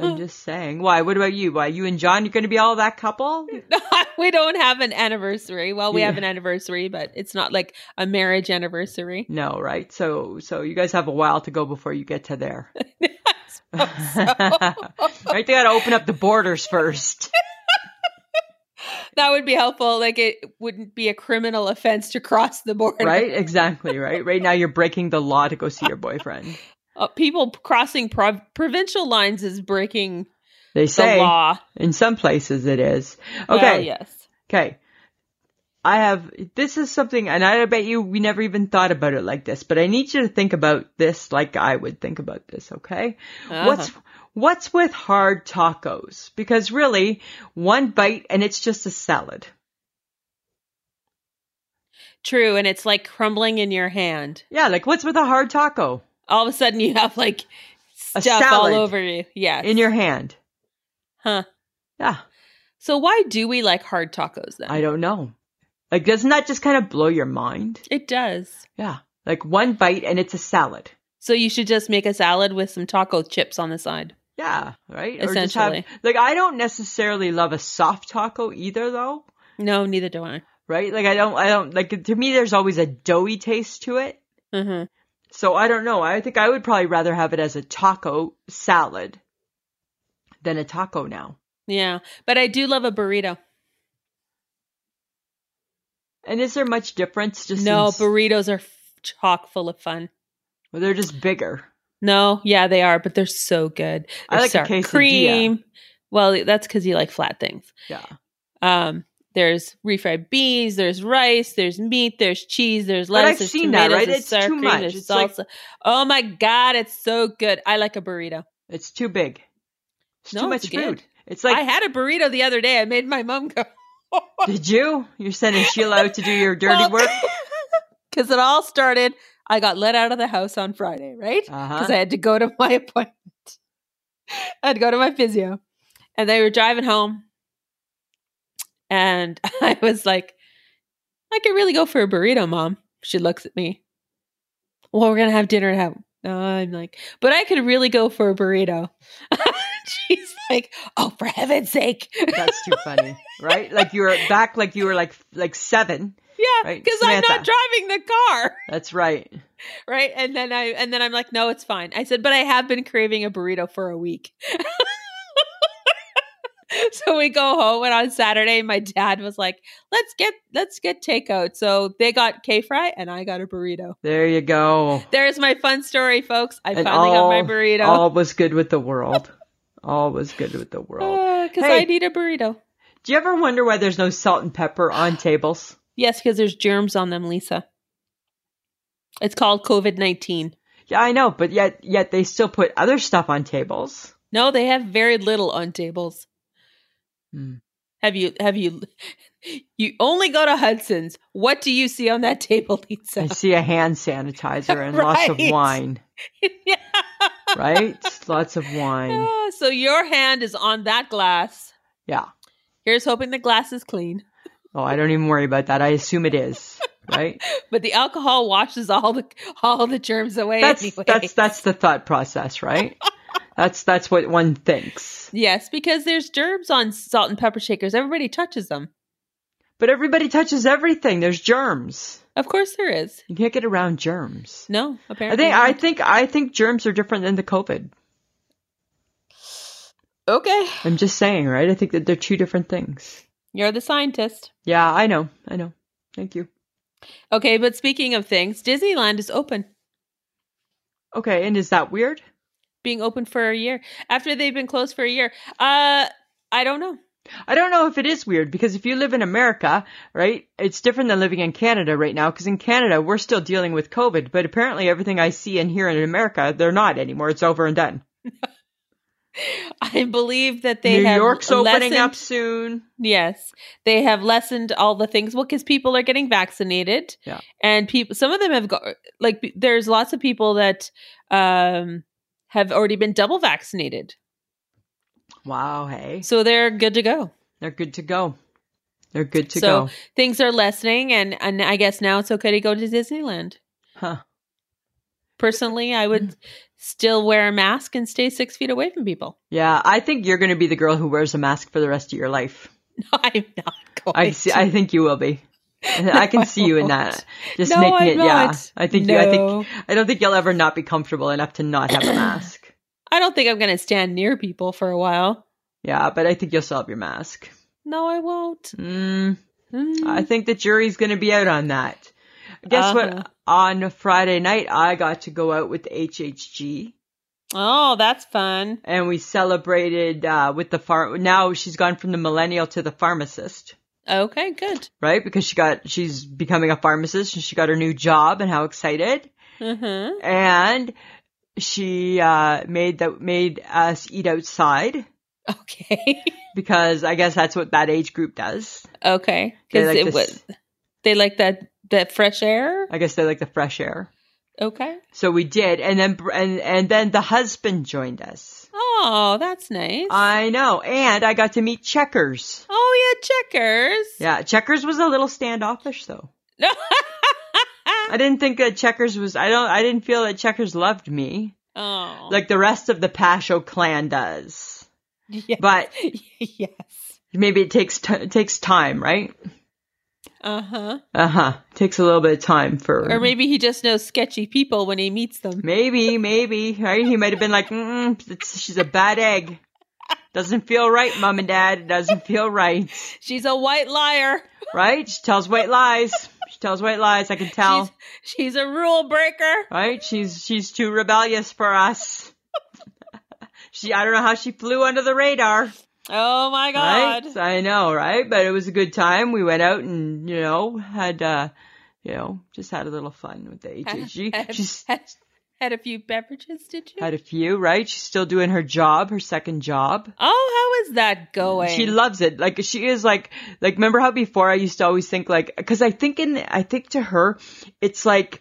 Speaker 4: I'm just saying. Why? What about you? Why you and John? You're going to be all that couple?
Speaker 3: we don't have an anniversary. Well, we have
Speaker 4: Yeah.
Speaker 3: an anniversary, but it's not like a marriage anniversary.
Speaker 4: No, right? So, so you guys have a while to go before you get to there. right? They got to open up the borders first.
Speaker 3: That would be helpful. Like it wouldn't be a criminal offense to cross the border.
Speaker 4: Right? Exactly, right? Right now you're breaking the law to go see your boyfriend.
Speaker 3: Uh, people crossing prov- provincial lines is breaking
Speaker 4: They say
Speaker 3: the law.
Speaker 4: in some places it is.
Speaker 3: Well,
Speaker 4: Okay.
Speaker 3: yes.
Speaker 4: Okay. I have, this is something, and I bet you we never even thought about it like this, but I need you to think about this like I would think about this, okay?
Speaker 3: Uh-huh.
Speaker 4: What's, what's with hard tacos? Because really, one bite and it's just a salad.
Speaker 3: True, and it's like crumbling in your hand.
Speaker 4: Yeah, like what's with a hard taco
Speaker 3: All of a sudden, you have like
Speaker 4: A
Speaker 3: stuff all
Speaker 4: salad
Speaker 3: over you. Yes.
Speaker 4: in your hand?
Speaker 3: Huh.
Speaker 4: Yeah,
Speaker 3: So why do we like hard tacos then?
Speaker 4: I don't know. Like, doesn't that just kind of blow your mind?
Speaker 3: It does.
Speaker 4: Yeah, like one bite and it's a salad.
Speaker 3: So you should just make a salad with some taco chips on the side.
Speaker 4: Yeah, right.
Speaker 3: Essentially.
Speaker 4: like I don't necessarily love a soft taco either, though.
Speaker 3: No, neither do I.
Speaker 4: Right? Like I don't, I don't like. To me, there's always a doughy taste to it.
Speaker 3: hmm
Speaker 4: So I don't know. I think I would probably rather have it as a taco salad than a taco now.
Speaker 3: Yeah, but I do love a burrito.
Speaker 4: And is there much difference? Just
Speaker 3: no,
Speaker 4: in s-
Speaker 3: burritos are f- chock full of fun.
Speaker 4: well, they're just bigger.
Speaker 3: No, yeah, they are, but they're so good.
Speaker 4: I
Speaker 3: There's
Speaker 4: like a
Speaker 3: sour
Speaker 4: quesadilla.
Speaker 3: cream. Well, that's because you like flat things.
Speaker 4: Yeah.
Speaker 3: Um, there's refried beans, there's rice, there's meat, there's cheese, there's
Speaker 4: But
Speaker 3: lettuce,
Speaker 4: I've
Speaker 3: there's
Speaker 4: seen that,
Speaker 3: tomatoes,
Speaker 4: right?
Speaker 3: there's
Speaker 4: It's
Speaker 3: sour
Speaker 4: too
Speaker 3: cream,
Speaker 4: much.
Speaker 3: there's
Speaker 4: It's like-
Speaker 3: salsa. oh my god, it's so good. I like a burrito.
Speaker 4: It's too big. It's
Speaker 3: No,
Speaker 4: too
Speaker 3: it's
Speaker 4: much
Speaker 3: good.
Speaker 4: food. It's like,
Speaker 3: I had a burrito the other day. I made my mom go.
Speaker 4: did you? You're sending Sheila out to do your dirty
Speaker 3: Well,
Speaker 4: work?
Speaker 3: Because it all started, I got let out of the house on Friday, right?
Speaker 4: Uh-huh.
Speaker 3: Because I had to go to my appointment. I had to go to my physio. And they were driving home. And I was like, I could really go for a burrito, mom. She looks at me. Well, we're going to have dinner at home. Uh, I'm like, but I could really go for a burrito. She's like, oh, for heaven's sake.
Speaker 4: That's too funny, right? Like you were back, like you were like like seven.
Speaker 3: Yeah,
Speaker 4: Right,
Speaker 3: because I'm not
Speaker 4: Samantha.
Speaker 3: driving the car.
Speaker 4: That's right.
Speaker 3: right and then i and then i'm like no it's fine i said but i have been craving a burrito for a week so we go home and on saturday my dad was like let's get let's get takeout so they got k-fry and i got a burrito
Speaker 4: There you go.
Speaker 3: there's my fun story folks i
Speaker 4: And
Speaker 3: finally got
Speaker 4: all-
Speaker 3: my burrito Ah,
Speaker 4: All was good with the world. All was good with the world.
Speaker 3: because
Speaker 4: Hey.
Speaker 3: i need a burrito
Speaker 4: Do you ever wonder why there's no salt and pepper on tables?
Speaker 3: yes because there's germs on them lisa it's called covid-19
Speaker 4: Yeah, I know, but yet yet they still put other stuff on tables.
Speaker 3: No, they have very little on tables.
Speaker 4: Hmm.
Speaker 3: Have you have you you only go to Hudson's. What do you see on that table,
Speaker 4: I
Speaker 3: Lisa?
Speaker 4: see a hand sanitizer and lots of
Speaker 3: Right.
Speaker 4: wine,
Speaker 3: yeah.
Speaker 4: right? lots of wine.
Speaker 3: Ah, So your hand is on that glass.
Speaker 4: Yeah.
Speaker 3: Here's hoping the glass is clean.
Speaker 4: Oh, I don't even worry about that. I assume it is, right?
Speaker 3: But the alcohol washes all the all the germs away
Speaker 4: That's
Speaker 3: anyway.
Speaker 4: that's that's the thought process, right? that's that's what one thinks.
Speaker 3: yes, because there's germs on salt and pepper shakers. Everybody touches them.
Speaker 4: But everybody touches everything. There's germs.
Speaker 3: Of course there is.
Speaker 4: You can't get around germs.
Speaker 3: No,
Speaker 4: I
Speaker 3: apparently.
Speaker 4: think I
Speaker 3: not.
Speaker 4: think I think germs are different than the COVID.
Speaker 3: Okay.
Speaker 4: I'm just saying, right? I think that they're two different things.
Speaker 3: You're the scientist.
Speaker 4: Yeah, I know. I know. Thank you.
Speaker 3: Okay, but speaking of things, Disneyland is open,
Speaker 4: Okay, and is that weird?
Speaker 3: being open for a year after they've been closed for a year. Uh, I don't know.
Speaker 4: I don't know if it is weird because if you live in America, right, it's different than living in Canada right now because in Canada we're still dealing with COVID, but apparently everything I see and hear in America, they're not anymore. It's over and done.
Speaker 3: I believe that they
Speaker 4: New
Speaker 3: have
Speaker 4: York's opening up
Speaker 3: lessened-
Speaker 4: soon.
Speaker 3: Yes, they have lessened all the things. Well, because people are getting vaccinated,
Speaker 4: Yeah.
Speaker 3: and people. Some of them have got like b- there's lots of people that um have already been double vaccinated,
Speaker 4: Wow, hey.
Speaker 3: so they're good to go.
Speaker 4: They're good to go. They're good to
Speaker 3: so
Speaker 4: go.
Speaker 3: things are lessening, and and I guess now it's okay to go to Disneyland.
Speaker 4: Huh.
Speaker 3: Personally, I would still wear a mask and stay six feet away from people.
Speaker 4: Yeah, I think you're going to be the girl who wears a mask for the rest of your life.
Speaker 3: No, I'm not going.
Speaker 4: I see.
Speaker 3: to.
Speaker 4: I think you will be. I can
Speaker 3: No, I
Speaker 4: see you in
Speaker 3: won't.
Speaker 4: that. Just
Speaker 3: No,
Speaker 4: making
Speaker 3: I'm
Speaker 4: it. Yeah,
Speaker 3: not.
Speaker 4: I think. You, I
Speaker 3: No.
Speaker 4: think. I don't think you'll ever not be comfortable enough to not have a mask.
Speaker 3: I don't think I'm going to stand near people for a while.
Speaker 4: Yeah, but I think you'll still have your mask.
Speaker 3: No, I won't.
Speaker 4: Mm,
Speaker 3: Mm.
Speaker 4: I think the jury's going to be out on that. Guess
Speaker 3: Uh-huh.
Speaker 4: what? On Friday night, I got to go out with HHG.
Speaker 3: Oh, that's fun.
Speaker 4: And we celebrated uh, with the farm. Now she's gone from the millennial to the pharmacist.
Speaker 3: Okay, good.
Speaker 4: right? Because she got she's becoming a pharmacist and she got her new job and how excited.
Speaker 3: Uh-huh.
Speaker 4: And she uh, made that made us eat outside
Speaker 3: Okay.
Speaker 4: because I guess that's what that age group does.
Speaker 3: okay.
Speaker 4: They
Speaker 3: Because
Speaker 4: like
Speaker 3: it
Speaker 4: this-
Speaker 3: was they like that that fresh air.
Speaker 4: I guess they like the fresh air.
Speaker 3: Okay.
Speaker 4: So we did, and then and and then the husband joined us.
Speaker 3: Oh, that's nice.
Speaker 4: I know, and I got to meet Checkers.
Speaker 3: oh yeah, checkers.
Speaker 4: Yeah, Checkers was a little standoffish though.
Speaker 3: No.
Speaker 4: I didn't think that Checkers was. I don't. I didn't feel that Checkers loved me
Speaker 3: oh,
Speaker 4: like the rest of the Pasho clan does.
Speaker 3: yes.
Speaker 4: but-
Speaker 3: yes.
Speaker 4: maybe it takes t- it takes time, right?
Speaker 3: Uh huh.
Speaker 4: Uh huh. Takes a little bit of time for
Speaker 3: Or maybe he just knows sketchy people when he meets them.
Speaker 4: maybe, maybe, right? He might have been like, Mm-mm, it's- she's a bad egg. Doesn't feel right, mom and dad. It doesn't feel right,
Speaker 3: She's a white liar.
Speaker 4: right? She tells white lies. She tells white lies. I can tell,
Speaker 3: She's, she's a rule breaker.
Speaker 4: right? She's she's too rebellious for us. she, I don't know how she flew under the radar.
Speaker 3: Oh my god.
Speaker 4: Right? I know, right? But it was a good time. We went out and, you know, had uh you know, just had a little fun with the HHG.
Speaker 3: Had-
Speaker 4: She's
Speaker 3: had, had a few beverages, did you?
Speaker 4: had a few, right? She's still doing her job, her second job.
Speaker 3: oh, how is that going?
Speaker 4: She loves it. Like she is like like remember how before I used to always think like cuz I think in I think to her it's like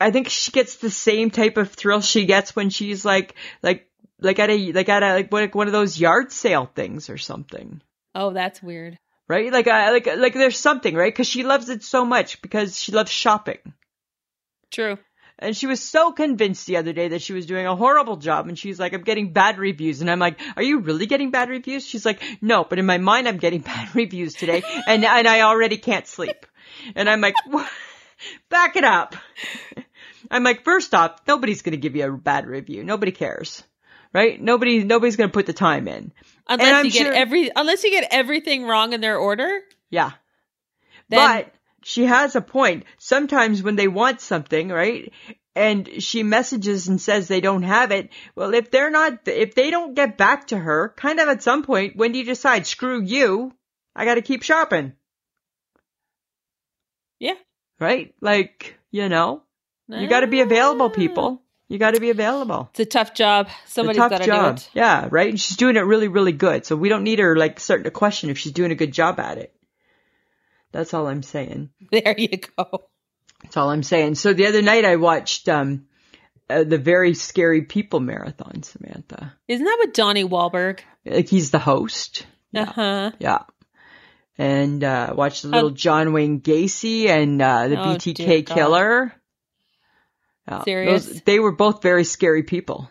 Speaker 4: I think she gets the same type of thrill she gets when she's like like like at a like at a like one- one of those yard sale things or something.
Speaker 3: oh, that's weird.
Speaker 4: right? Like, I, like, like, there's something, right? Because she loves it so much because she loves shopping,
Speaker 3: True.
Speaker 4: and she was so convinced the other day that she was doing a horrible job, and she's like, "I'm getting bad reviews," and I'm like, "Are you really getting bad reviews?" She's like, "No, but in my mind, I'm getting bad reviews today, and and I already can't sleep," and I'm like, "What? "Back it up." I'm like, first off, nobody's gonna give you a bad review. Nobody cares, right? Nobody, nobody's gonna put the time in.
Speaker 3: Unless
Speaker 4: I'm
Speaker 3: you get
Speaker 4: sure-
Speaker 3: every unless you get everything wrong in their order,
Speaker 4: Yeah.
Speaker 3: Then-
Speaker 4: but she has a point. Sometimes when they want something, right? And she messages and says they don't have it. Well, if they're not, if they don't get back to her, kind of at some point, when do you decide, screw you, I gotta keep shopping,
Speaker 3: yeah.
Speaker 4: right? Like, you know, you gotta be available, people. You gotta be available.
Speaker 3: Ah. It's a tough job.
Speaker 4: It's a
Speaker 3: Somebody's
Speaker 4: tough
Speaker 3: got to do
Speaker 4: job.
Speaker 3: it.
Speaker 4: Yeah, right? And she's doing it really, really good. So we don't need her, like, starting to question if she's doing a good job at it. That's all I'm saying.
Speaker 3: There you go.
Speaker 4: That's all I'm saying. So the other night I watched um uh, the very scary people marathon, Samantha.
Speaker 3: Isn't that what Donnie Wahlberg?
Speaker 4: Like he's the host.
Speaker 3: Uh huh.
Speaker 4: Yeah. And uh watched the little John Wayne Gacy and uh the
Speaker 3: Um, Oh, dear
Speaker 4: BTK
Speaker 3: God.
Speaker 4: killer. Yeah,
Speaker 3: Serious?
Speaker 4: they were both very scary people.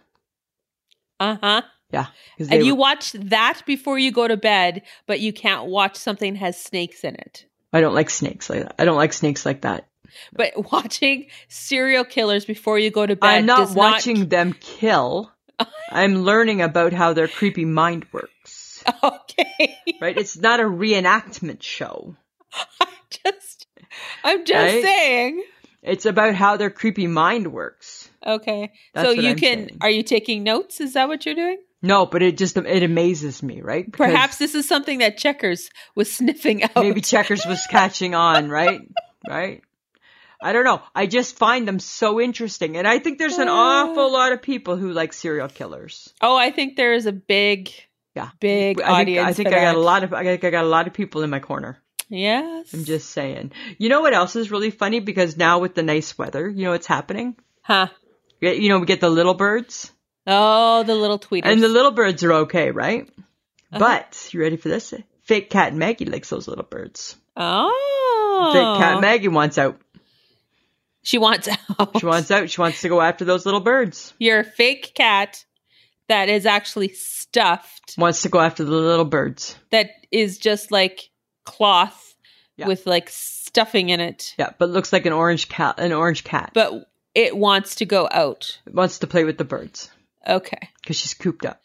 Speaker 3: Uh huh.
Speaker 4: Yeah. 'cause they
Speaker 3: And you
Speaker 4: were-
Speaker 3: watch that before you go to bed, but you can't watch something that has snakes in it.
Speaker 4: I don't like snakes like that. I don't like snakes like that.
Speaker 3: But watching serial killers before you go to bed,
Speaker 4: I'm not
Speaker 3: does
Speaker 4: watching them kill. I'm learning about how their creepy mind works.
Speaker 3: Okay.
Speaker 4: Right? It's not a reenactment show.
Speaker 3: I'm just I'm just
Speaker 4: Right?
Speaker 3: saying.
Speaker 4: It's about how their creepy mind works.
Speaker 3: Okay.
Speaker 4: That's
Speaker 3: so
Speaker 4: what
Speaker 3: you
Speaker 4: I'm
Speaker 3: can
Speaker 4: saying.
Speaker 3: are you taking notes? Is that what you're doing?
Speaker 4: No, but it just it amazes me, right? Because
Speaker 3: Perhaps this is something that Checkers was sniffing out.
Speaker 4: maybe Checkers was catching on, right? Right? I don't know. I just find them so interesting. And I think there's an
Speaker 3: Uh.
Speaker 4: awful lot of people who like serial killers.
Speaker 3: Oh, I think there is a big
Speaker 4: Yeah.
Speaker 3: big
Speaker 4: I think,
Speaker 3: audience.
Speaker 4: I, think I
Speaker 3: for
Speaker 4: got a
Speaker 3: that.
Speaker 4: lot of I think I got a lot of people in my corner.
Speaker 3: Yes.
Speaker 4: I'm just saying. You know what else is really funny? Because now with the nice weather, you know what's happening?
Speaker 3: Huh.
Speaker 4: Yeah, You know, we get the little birds,
Speaker 3: Oh, the little tweeters.
Speaker 4: and the little birds are okay, right? But you ready for this? Fake cat Maggie likes those little birds.
Speaker 3: oh.
Speaker 4: Fake cat Maggie wants out.
Speaker 3: She wants out.
Speaker 4: She wants out. She wants to go after those little birds.
Speaker 3: your fake cat that is actually stuffed
Speaker 4: Wants to go after the little birds.
Speaker 3: that is just like cloth
Speaker 4: Yeah.
Speaker 3: with like stuffing in it
Speaker 4: Yeah, but looks like an orange cat. An orange cat
Speaker 3: but it wants to go out
Speaker 4: wants to play with the birds
Speaker 3: okay
Speaker 4: because she's cooped up.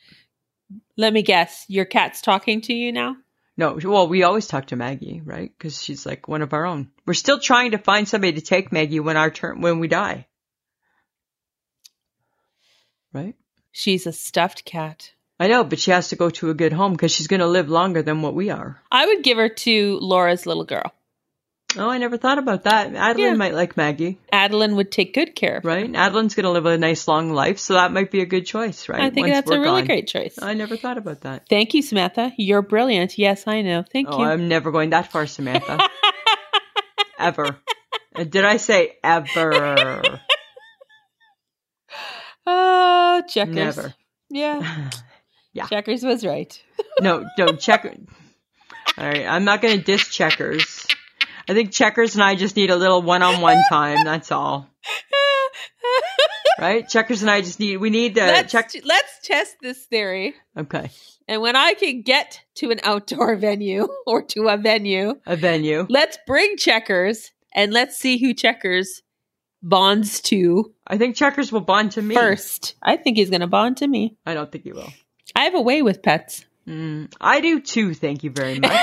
Speaker 3: let me guess your cat's talking to you now
Speaker 4: No, well, we always talk to Maggie, right? Because she's like one of our own. We're still trying to find somebody to take Maggie when our turn when we die, right?
Speaker 3: she's a stuffed cat
Speaker 4: I know, but she has to go to a good home because she's going to live longer than what we are.
Speaker 3: i would give her to laura's little girl
Speaker 4: Oh, I never thought about that. Adeline
Speaker 3: Yeah.
Speaker 4: might like Maggie,
Speaker 3: adeline would take good care of her.
Speaker 4: right? Adeline's going to live a nice long life, so that might be a good choice, right?
Speaker 3: i think
Speaker 4: Once
Speaker 3: that's a
Speaker 4: we're
Speaker 3: really
Speaker 4: gone. Oh,
Speaker 3: great choice
Speaker 4: I never thought about that.
Speaker 3: thank you samantha you're brilliant yes i know thank
Speaker 4: oh,
Speaker 3: you
Speaker 4: I'm never going that far, Samantha. ever. Uh, Did I say ever?
Speaker 3: oh checkers
Speaker 4: never.
Speaker 3: yeah
Speaker 4: Yeah.
Speaker 3: checkers was right
Speaker 4: No, no, checker. All right, I'm not going to diss checkers. I think checkers and I just need a little one-on-one time. That's all, right? Checkers and I just need we need to
Speaker 3: let's,
Speaker 4: check.
Speaker 3: let's test this theory.
Speaker 4: Okay,
Speaker 3: And when I can get to an outdoor venue or to a venue,
Speaker 4: a venue.
Speaker 3: let's bring checkers and let's see who checkers bonds to
Speaker 4: I think checkers will bond to me
Speaker 3: first. I think he's going to bond to me.
Speaker 4: I don't think he will.
Speaker 3: I have a way with pets.
Speaker 4: Mm, I do too. Thank you very much.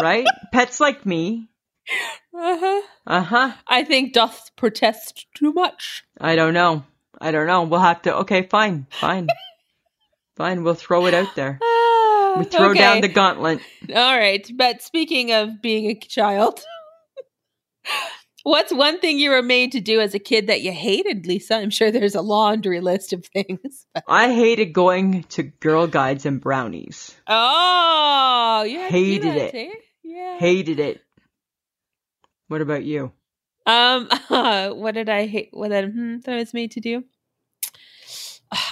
Speaker 4: right? Pets like me.
Speaker 3: Uh-huh.
Speaker 4: Uh huh.
Speaker 3: I think doth protest too much.
Speaker 4: I don't know. I don't know. We'll have to. Okay, fine, fine, fine. We'll throw it out there.
Speaker 3: Ah,
Speaker 4: We throw down
Speaker 3: okay.
Speaker 4: the gauntlet.
Speaker 3: All right. But speaking of being a child, what's one thing you were made to do as a kid that you hated, Lisa? I'm sure there's a laundry list of things.
Speaker 4: I hated going to girl guides and brownies.
Speaker 3: oh, you had to do
Speaker 4: Hated
Speaker 3: that,
Speaker 4: it.
Speaker 3: eh? Yeah.
Speaker 4: Hated it. What about you?
Speaker 3: Um, what did I hate? What did, hmm, that I was made to do?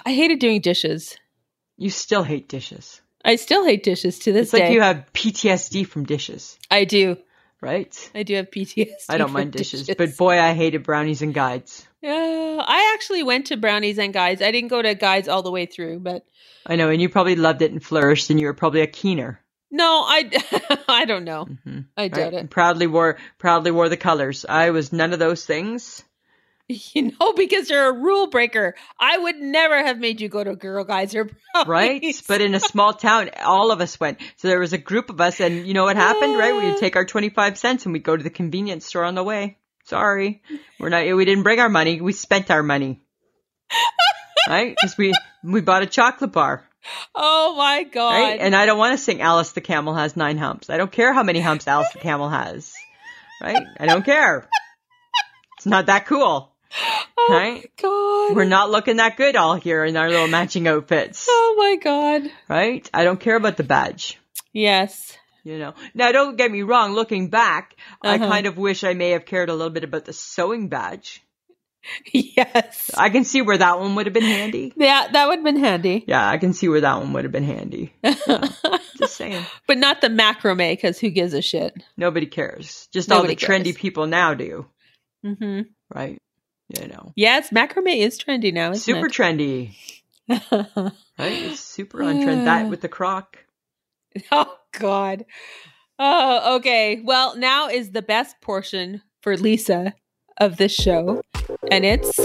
Speaker 3: I hated doing dishes.
Speaker 4: You still hate dishes.
Speaker 3: I still hate dishes to this
Speaker 4: It's like
Speaker 3: day.
Speaker 4: you have PTSD from dishes,
Speaker 3: I do.
Speaker 4: right?
Speaker 3: I do have PTSD.
Speaker 4: I don't
Speaker 3: from
Speaker 4: mind dishes, but boy, I hated brownies and guides.
Speaker 3: Yeah, I actually went to brownies and guys. I didn't go to guys all the way through, but
Speaker 4: I know, and you probably loved it and flourished, and you were probably a keener.
Speaker 3: No, I I don't know.
Speaker 4: Mm-hmm.
Speaker 3: I doubt
Speaker 4: And proudly wore proudly wore the colors. I was none of those things.
Speaker 3: it. You know, because you're a rule breaker. I would never have made you go to Girl Guys or Brownies.
Speaker 4: right? But in a small town, all of us went. So there was a group of us, and you know what happened, right? We'd take our 25 cents and we'd go to the convenience store on the way. Sorry. We're not, we didn't bring our money. We spent our money. right? Because we, we bought a chocolate bar.
Speaker 3: oh my god.
Speaker 4: Right? And I don't want to sing Alice the Camel has nine humps. I don't care how many humps Alice the Camel has. Right? I don't care. It's not that cool.
Speaker 3: oh
Speaker 4: Right?
Speaker 3: my god.
Speaker 4: We're not looking that good all here in our little matching outfits.
Speaker 3: oh my god.
Speaker 4: Right? I don't care about the badge.
Speaker 3: Yes.
Speaker 4: You know, now don't get me wrong. Looking back, I
Speaker 3: Uh-huh.
Speaker 4: kind of wish I may have cared a little bit about the sewing badge.
Speaker 3: Yes.
Speaker 4: I can see where that one would have been handy.
Speaker 3: yeah, that would have been handy.
Speaker 4: Yeah, I can see where that one would have been handy. Just saying,
Speaker 3: But not the macrame because who gives a shit?
Speaker 4: nobody cares. Just
Speaker 3: Nobody
Speaker 4: all the trendy
Speaker 3: cares.
Speaker 4: people now do,
Speaker 3: hmm
Speaker 4: right? You know,
Speaker 3: Yes, macrame is trendy now, isn't
Speaker 4: super trendy,
Speaker 3: it?
Speaker 4: right? It's super on trend. That with the croc.
Speaker 3: Oh God. Oh, okay. Well, now is the best portion for Lisa of this show, and it's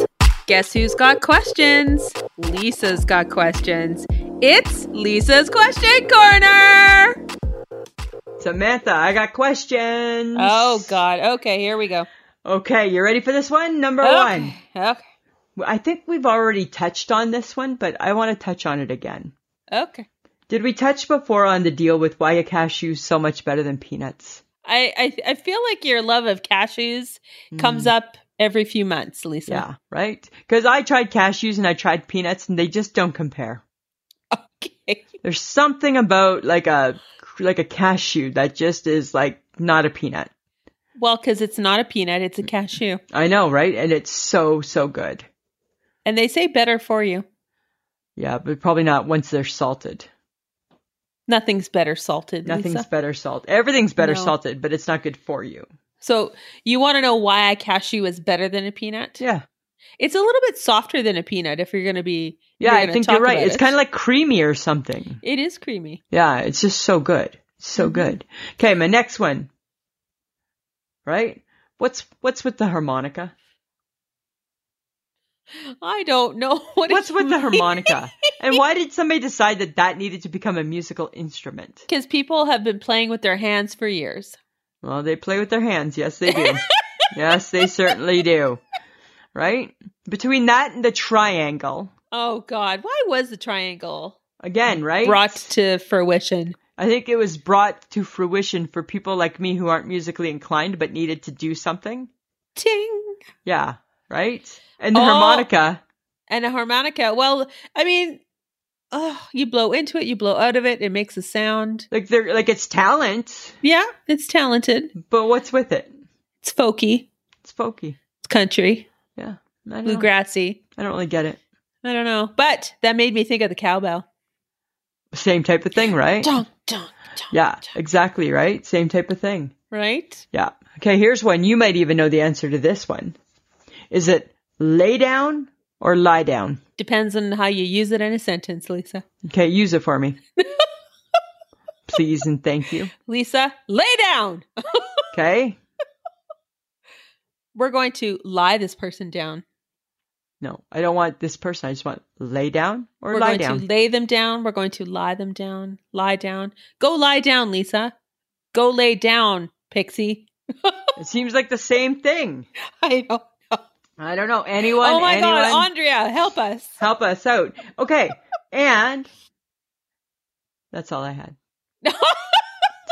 Speaker 3: Guess who's got questions? Lisa's got questions. It's Lisa's Question Corner!
Speaker 4: Samantha, I got questions.
Speaker 3: Oh, God. Okay, here we go.
Speaker 4: Okay, you ready for this one? Number
Speaker 3: Okay. Okay.
Speaker 4: one. I think we've already touched on this one, but I want to touch on it again.
Speaker 3: Okay.
Speaker 4: Did we touch before on the deal with why a cashew so much better than peanuts?
Speaker 3: I, I, I feel like your love of cashews comes
Speaker 4: Mm.
Speaker 3: up every few months, Lisa.
Speaker 4: Yeah, right? Because I tried cashews and I tried peanuts and they just don't compare.
Speaker 3: Okay.
Speaker 4: There's something about like a like a cashew that just is like not a peanut.
Speaker 3: Well, because it's not a peanut,
Speaker 4: Mm.
Speaker 3: it's a cashew.
Speaker 4: I know, right? And it's so so good.
Speaker 3: And they say better for you.
Speaker 4: Yeah, but probably not once they're salted.
Speaker 3: Nothing's better salted.
Speaker 4: Nothing's
Speaker 3: Lisa.
Speaker 4: better salted. Everything's better
Speaker 3: No.
Speaker 4: salted, but it's not good for you.
Speaker 3: So you want to know why a cashew is better than a peanut?
Speaker 4: Yeah.
Speaker 3: It's a little bit softer than a peanut if you're going to be.
Speaker 4: Yeah,
Speaker 3: you're
Speaker 4: I
Speaker 3: gonna
Speaker 4: think
Speaker 3: talk
Speaker 4: you're right.
Speaker 3: about
Speaker 4: It's
Speaker 3: it.
Speaker 4: kind of like creamy or something.
Speaker 3: It is creamy.
Speaker 4: Yeah, it's just so good. So
Speaker 3: Mm-hmm.
Speaker 4: good. Okay, my next one. Right? What's what's with the harmonica?
Speaker 3: I don't know what
Speaker 4: What's with the
Speaker 3: harmonica.
Speaker 4: harmonica? and why did somebody decide that that needed to become a musical instrument?
Speaker 3: Because people have been playing with their hands for years.
Speaker 4: Well, they play with their hands. Yes, they do. yes, they certainly do. Right? Between that and the triangle.
Speaker 3: Oh God, why was the triangle
Speaker 4: Again, right?
Speaker 3: brought to fruition?
Speaker 4: I think it was brought to fruition for people like me who aren't musically inclined but needed to do something.
Speaker 3: Ting
Speaker 4: Yeah, right? And the
Speaker 3: Oh.
Speaker 4: harmonica.
Speaker 3: and a harmonica. Well, I mean, oh, you blow into it, you blow out of it, it makes a sound.
Speaker 4: Like they're like it's talent,
Speaker 3: Yeah, it's talented.
Speaker 4: but what's with it?
Speaker 3: It's folky.
Speaker 4: It's folky.
Speaker 3: It's country,
Speaker 4: Yeah. I don't, know.
Speaker 3: bluegrassy.
Speaker 4: I don't really get it.
Speaker 3: I don't know, but that made me think of the cowbell.
Speaker 4: Same type of thing, right?
Speaker 3: Dunk, dunk, dunk.
Speaker 4: Yeah, exactly, right? Same type of thing.
Speaker 3: Right?
Speaker 4: Yeah. Okay, here's one. You might even know the answer to this one. Is it lay down or lie down?
Speaker 3: Depends on how you use it in a sentence, Lisa.
Speaker 4: Okay, use it for me. Please and thank you.
Speaker 3: Lisa, lay down.
Speaker 4: Okay?
Speaker 3: We're going to lie this person down.
Speaker 4: No, I don't want this person. I just want lay down or
Speaker 3: We're
Speaker 4: lie
Speaker 3: going to
Speaker 4: down.
Speaker 3: lay them down. We're going to lie them down. Lie down. Go lie down, Lisa. Go lay down, Pixie.
Speaker 4: it seems like the same thing.
Speaker 3: I don't know.
Speaker 4: I don't know. Anyone?
Speaker 3: oh my
Speaker 4: anyone?
Speaker 3: God, Andrea, help us.
Speaker 4: help us out. Okay. And that's all I had. That's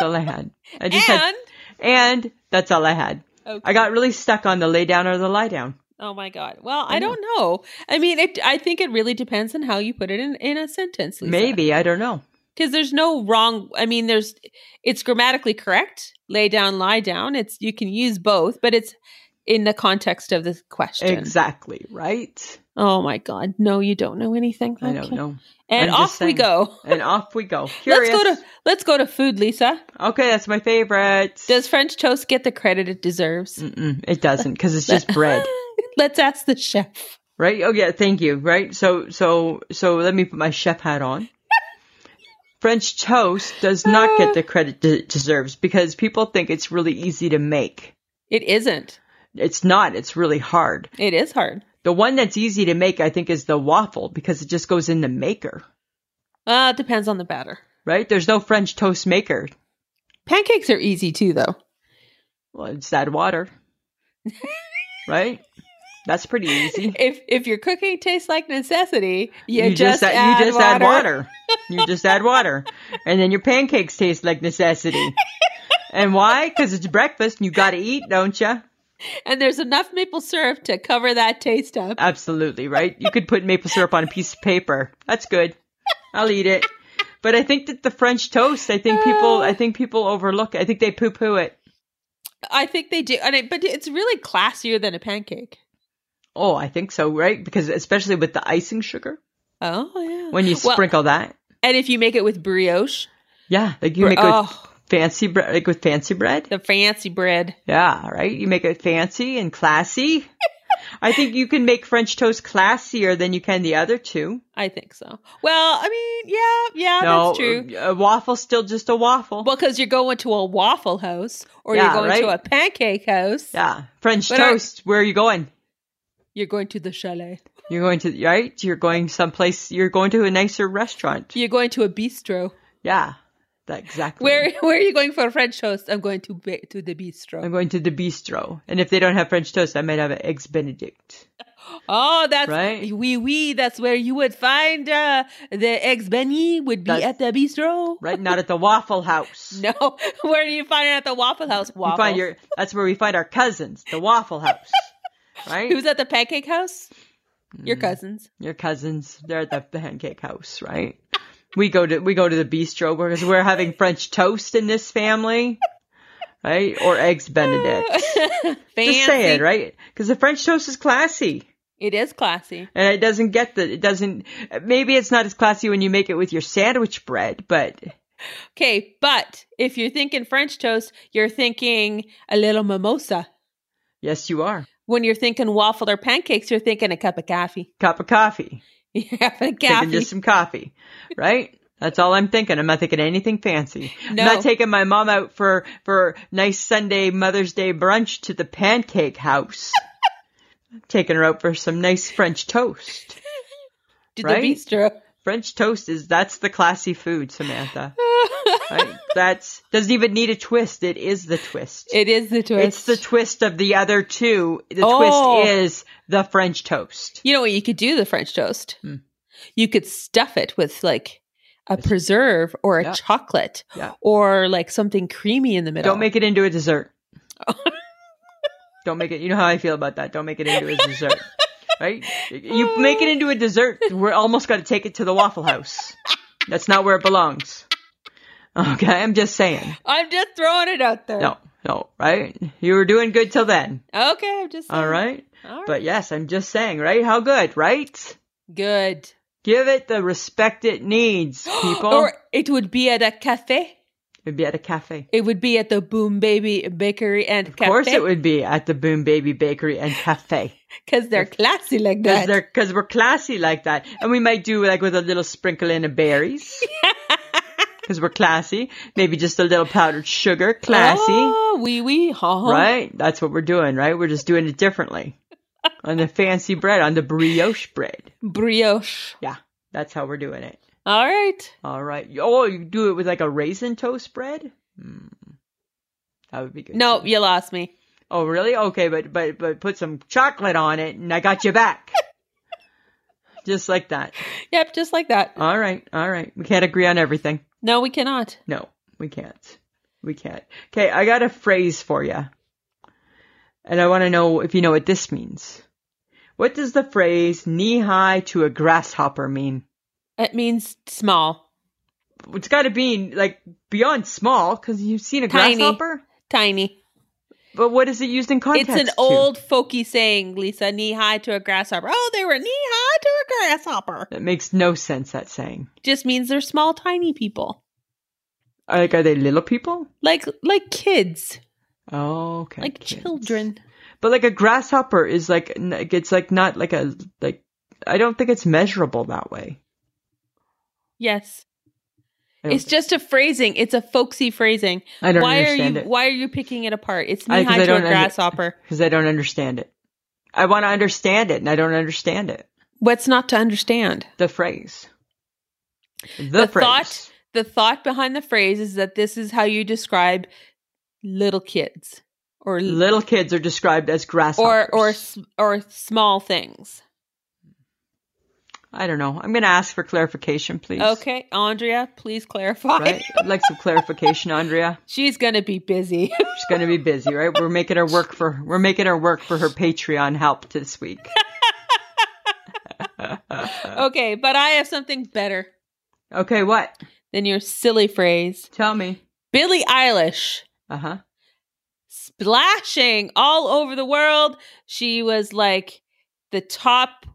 Speaker 4: all I had. I
Speaker 3: and
Speaker 4: just had and that's all I had.
Speaker 3: Okay.
Speaker 4: I got really stuck on the lay down or the lie down.
Speaker 3: oh my God. Well, I don't know. I mean, it. I think it really depends on how you put it in in a sentence. Lisa.
Speaker 4: Maybe, I don't know.
Speaker 3: because there's no wrong. I mean, there's it's grammatically correct. Lay down, lie down. It's you can use both, but it's in the context of the question.
Speaker 4: Exactly, right?
Speaker 3: Oh my God! No, you don't know anything.
Speaker 4: I don't
Speaker 3: Okay.
Speaker 4: know.
Speaker 3: And
Speaker 4: I'm just
Speaker 3: off we
Speaker 4: saying.
Speaker 3: go.
Speaker 4: And off we go. Curious.
Speaker 3: Let's go to let's go to food, Lisa.
Speaker 4: Okay, that's my favorite.
Speaker 3: Does French toast get the credit it deserves?
Speaker 4: Mm-mm, it doesn't because it's just bread.
Speaker 3: Let's ask the chef.
Speaker 4: Right? Oh yeah, thank you. Right? So so so let me put my chef hat on. French toast does not get the credit it deserves because people think it's really easy to make.
Speaker 3: It isn't.
Speaker 4: It's not. It's really hard.
Speaker 3: It is hard.
Speaker 4: The one that's easy to make, I think, is the waffle because it just goes in the maker.
Speaker 3: Uh, it depends on the batter.
Speaker 4: Right? There's no French toast maker.
Speaker 3: Pancakes are easy too, though.
Speaker 4: Well, it's that water. right? That's pretty easy.
Speaker 3: If if your cooking tastes like necessity, you, just,
Speaker 4: add-
Speaker 3: add,
Speaker 4: you just
Speaker 3: water.
Speaker 4: add water. You just add water, and then your pancakes taste like necessity. And why? Because it's breakfast, and you got to eat, don't you?
Speaker 3: and there's enough maple syrup to cover that taste up.
Speaker 4: Absolutely, right? You could put maple syrup on a piece of paper. That's good. I'll eat it. But I think that the French toast, I think people, I think people overlook. It. I think they poo-poo it.
Speaker 3: I think they do, and it, but it's really classier than a pancake.
Speaker 4: Oh, I think so, right? Because especially with the icing sugar,
Speaker 3: Oh yeah.
Speaker 4: when you
Speaker 3: Well,
Speaker 4: sprinkle that,
Speaker 3: and if you make it with brioche,
Speaker 4: yeah, like you
Speaker 3: bri-
Speaker 4: make it with
Speaker 3: oh,
Speaker 4: fancy bread, like with fancy bread.
Speaker 3: the fancy bread.
Speaker 4: Yeah, right? You make it fancy and classy. I think you can make French toast classier than you can the other two.
Speaker 3: I think so. Well, I mean, yeah, yeah,
Speaker 4: no, uh,
Speaker 3: that's true.
Speaker 4: A waffle's still just a waffle.
Speaker 3: Well, because you're going to a waffle house or
Speaker 4: Yeah,
Speaker 3: you're going to
Speaker 4: right.
Speaker 3: a pancake house.
Speaker 4: yeah. French
Speaker 3: But I-
Speaker 4: toast, where are you going?
Speaker 3: You're going to the chalet.
Speaker 4: You're going to right. You're going someplace. You're going to a nicer restaurant.
Speaker 3: You're going to a bistro.
Speaker 4: Yeah, that exactly.
Speaker 3: Where where are you going for French toast? I'm going to ba- to the bistro.
Speaker 4: I'm going to the bistro, and if they don't have French toast, I might have an eggs Benedict.
Speaker 3: Oh, that's
Speaker 4: Right.
Speaker 3: right. Oui, oui. That's where you would find uh, the eggs Benny would be at
Speaker 4: That's-
Speaker 3: the bistro.
Speaker 4: Right, not at the Waffle House.
Speaker 3: No, where do you find it at the Waffle House?
Speaker 4: We
Speaker 3: Waffle.
Speaker 4: find your. That's where we find our cousins. The Waffle House. Right.
Speaker 3: Who's at the Pancake House? Your
Speaker 4: Mm.
Speaker 3: cousins.
Speaker 4: your cousins. They're at the pancake house, right? We go to we go to the bistro because we're having French toast in this family, right? Or eggs Benedict.
Speaker 3: Fancy.
Speaker 4: Just saying, right? Because the French toast is classy,
Speaker 3: It is classy.
Speaker 4: and it doesn't get the it doesn't. Maybe it's not as classy when you make it with your sandwich bread, but
Speaker 3: Okay, but if you're thinking French toast, you're thinking a little mimosa.
Speaker 4: yes, you are
Speaker 3: When you're thinking waffle or pancakes, you're thinking a cup of coffee.
Speaker 4: cup of coffee,
Speaker 3: You're having
Speaker 4: thinking
Speaker 3: coffee.
Speaker 4: just some coffee, right? That's all I'm thinking. I'm not thinking anything fancy.
Speaker 3: No.
Speaker 4: I'm not taking my mom out for for nice Sunday Mother's Day brunch to the pancake house. taking her out for some nice French toast.
Speaker 3: to
Speaker 4: right?
Speaker 3: the bistro.
Speaker 4: French toast is that's the classy food, Samantha. right? That's doesn't even need a twist. It is the twist.
Speaker 3: It is the twist.
Speaker 4: It's the twist of the other two. The
Speaker 3: Oh.
Speaker 4: twist is the French toast.
Speaker 3: You know what you could do the French toast?
Speaker 4: Hmm.
Speaker 3: You could stuff it with like a preserve or a
Speaker 4: Yeah.
Speaker 3: chocolate
Speaker 4: Yeah.
Speaker 3: or like something creamy in the middle.
Speaker 4: Don't make it into a dessert. Don't make it. You know how I feel about that. Don't make it into a dessert. Right? You make it into a dessert. We're almost got to take it to the Waffle House. That's not where it belongs. Okay, I'm just saying.
Speaker 3: I'm just throwing it out there.
Speaker 4: No, no, right? You were doing good till then.
Speaker 3: Okay, I'm just
Speaker 4: All right?
Speaker 3: All
Speaker 4: But yes, I'm just saying, right? How good, right?
Speaker 3: good.
Speaker 4: Give it the respect it needs, people.
Speaker 3: Or it would be at a cafe.
Speaker 4: It'd be at a cafe.
Speaker 3: It would be at the Boom Baby Bakery and
Speaker 4: Of course, it would be at the Boom Baby Bakery and Cafe.
Speaker 3: because they're classy like
Speaker 4: because
Speaker 3: that.
Speaker 4: they're because we're classy like that, and we might do like with a little sprinkle in of berries because we're classy. Maybe just a little powdered sugar, classy,
Speaker 3: Oh, wee wee, ha ha.
Speaker 4: right? That's what we're doing, right? We're just doing it differently on the fancy bread, on the brioche bread.
Speaker 3: Brioche.
Speaker 4: Yeah, that's how we're doing it.
Speaker 3: All right.
Speaker 4: All right. Oh, you do it with like a raisin toast bread. Hmm. That would be good.
Speaker 3: No, you lost me.
Speaker 4: Oh, really? Okay, but but but put some chocolate on it, and I got you back. Just like that.
Speaker 3: Yep, just like that.
Speaker 4: All right, all right. We can't agree on everything.
Speaker 3: No, we cannot.
Speaker 4: No, we can't. We can't. Okay, I got a phrase for you. And I want to know if you know what this means. What does the phrase knee high to a grasshopper mean?
Speaker 3: It means small,
Speaker 4: It's got to be like beyond small because you've seen a
Speaker 3: Tiny.
Speaker 4: grasshopper.
Speaker 3: tiny.
Speaker 4: But what is it used in context?
Speaker 3: It's an
Speaker 4: to?
Speaker 3: old folky saying, Lisa, knee high to a grasshopper. Oh, they were knee high to a grasshopper.
Speaker 4: That makes no sense, that saying.
Speaker 3: Just means they're small, tiny people.
Speaker 4: Like, are they little people?
Speaker 3: Like like kids.
Speaker 4: Oh, okay.
Speaker 3: like
Speaker 4: kids.
Speaker 3: children.
Speaker 4: But like a grasshopper is like, n- like, it's like not like a, like, I don't think it's measurable that way.
Speaker 3: Yes.
Speaker 4: I don't
Speaker 3: It's just a phrasing. It's a folksy phrasing.
Speaker 4: I don't
Speaker 3: why
Speaker 4: understand
Speaker 3: are you
Speaker 4: it.
Speaker 3: why are you picking it apart? It's
Speaker 4: I-
Speaker 3: knee
Speaker 4: 'cause
Speaker 3: high
Speaker 4: I
Speaker 3: to a
Speaker 4: don't under-
Speaker 3: grasshopper.
Speaker 4: because I don't understand it. I want to understand it, and I don't understand it.
Speaker 3: What's not to understand?
Speaker 4: The phrase. The,
Speaker 3: The,
Speaker 4: phrase.
Speaker 3: thought the thought behind the phrase is that this is how you describe little kids or
Speaker 4: Little kids are described as grasshoppers.
Speaker 3: or or s- or small things.
Speaker 4: I don't know. I'm going to ask for clarification, please.
Speaker 3: Okay, Andrea, please clarify.
Speaker 4: Right? I'd like some clarification, Andrea.
Speaker 3: She's gonna be busy.
Speaker 4: She's going to be busy, right? We're making her work for we're making her work for her Patreon help this week. Uh.
Speaker 3: okay, but I have something better
Speaker 4: Okay, what?
Speaker 3: than your silly phrase.
Speaker 4: Tell me.
Speaker 3: Billie Eilish
Speaker 4: Uh huh.
Speaker 3: splashing all over the world. She was like the top,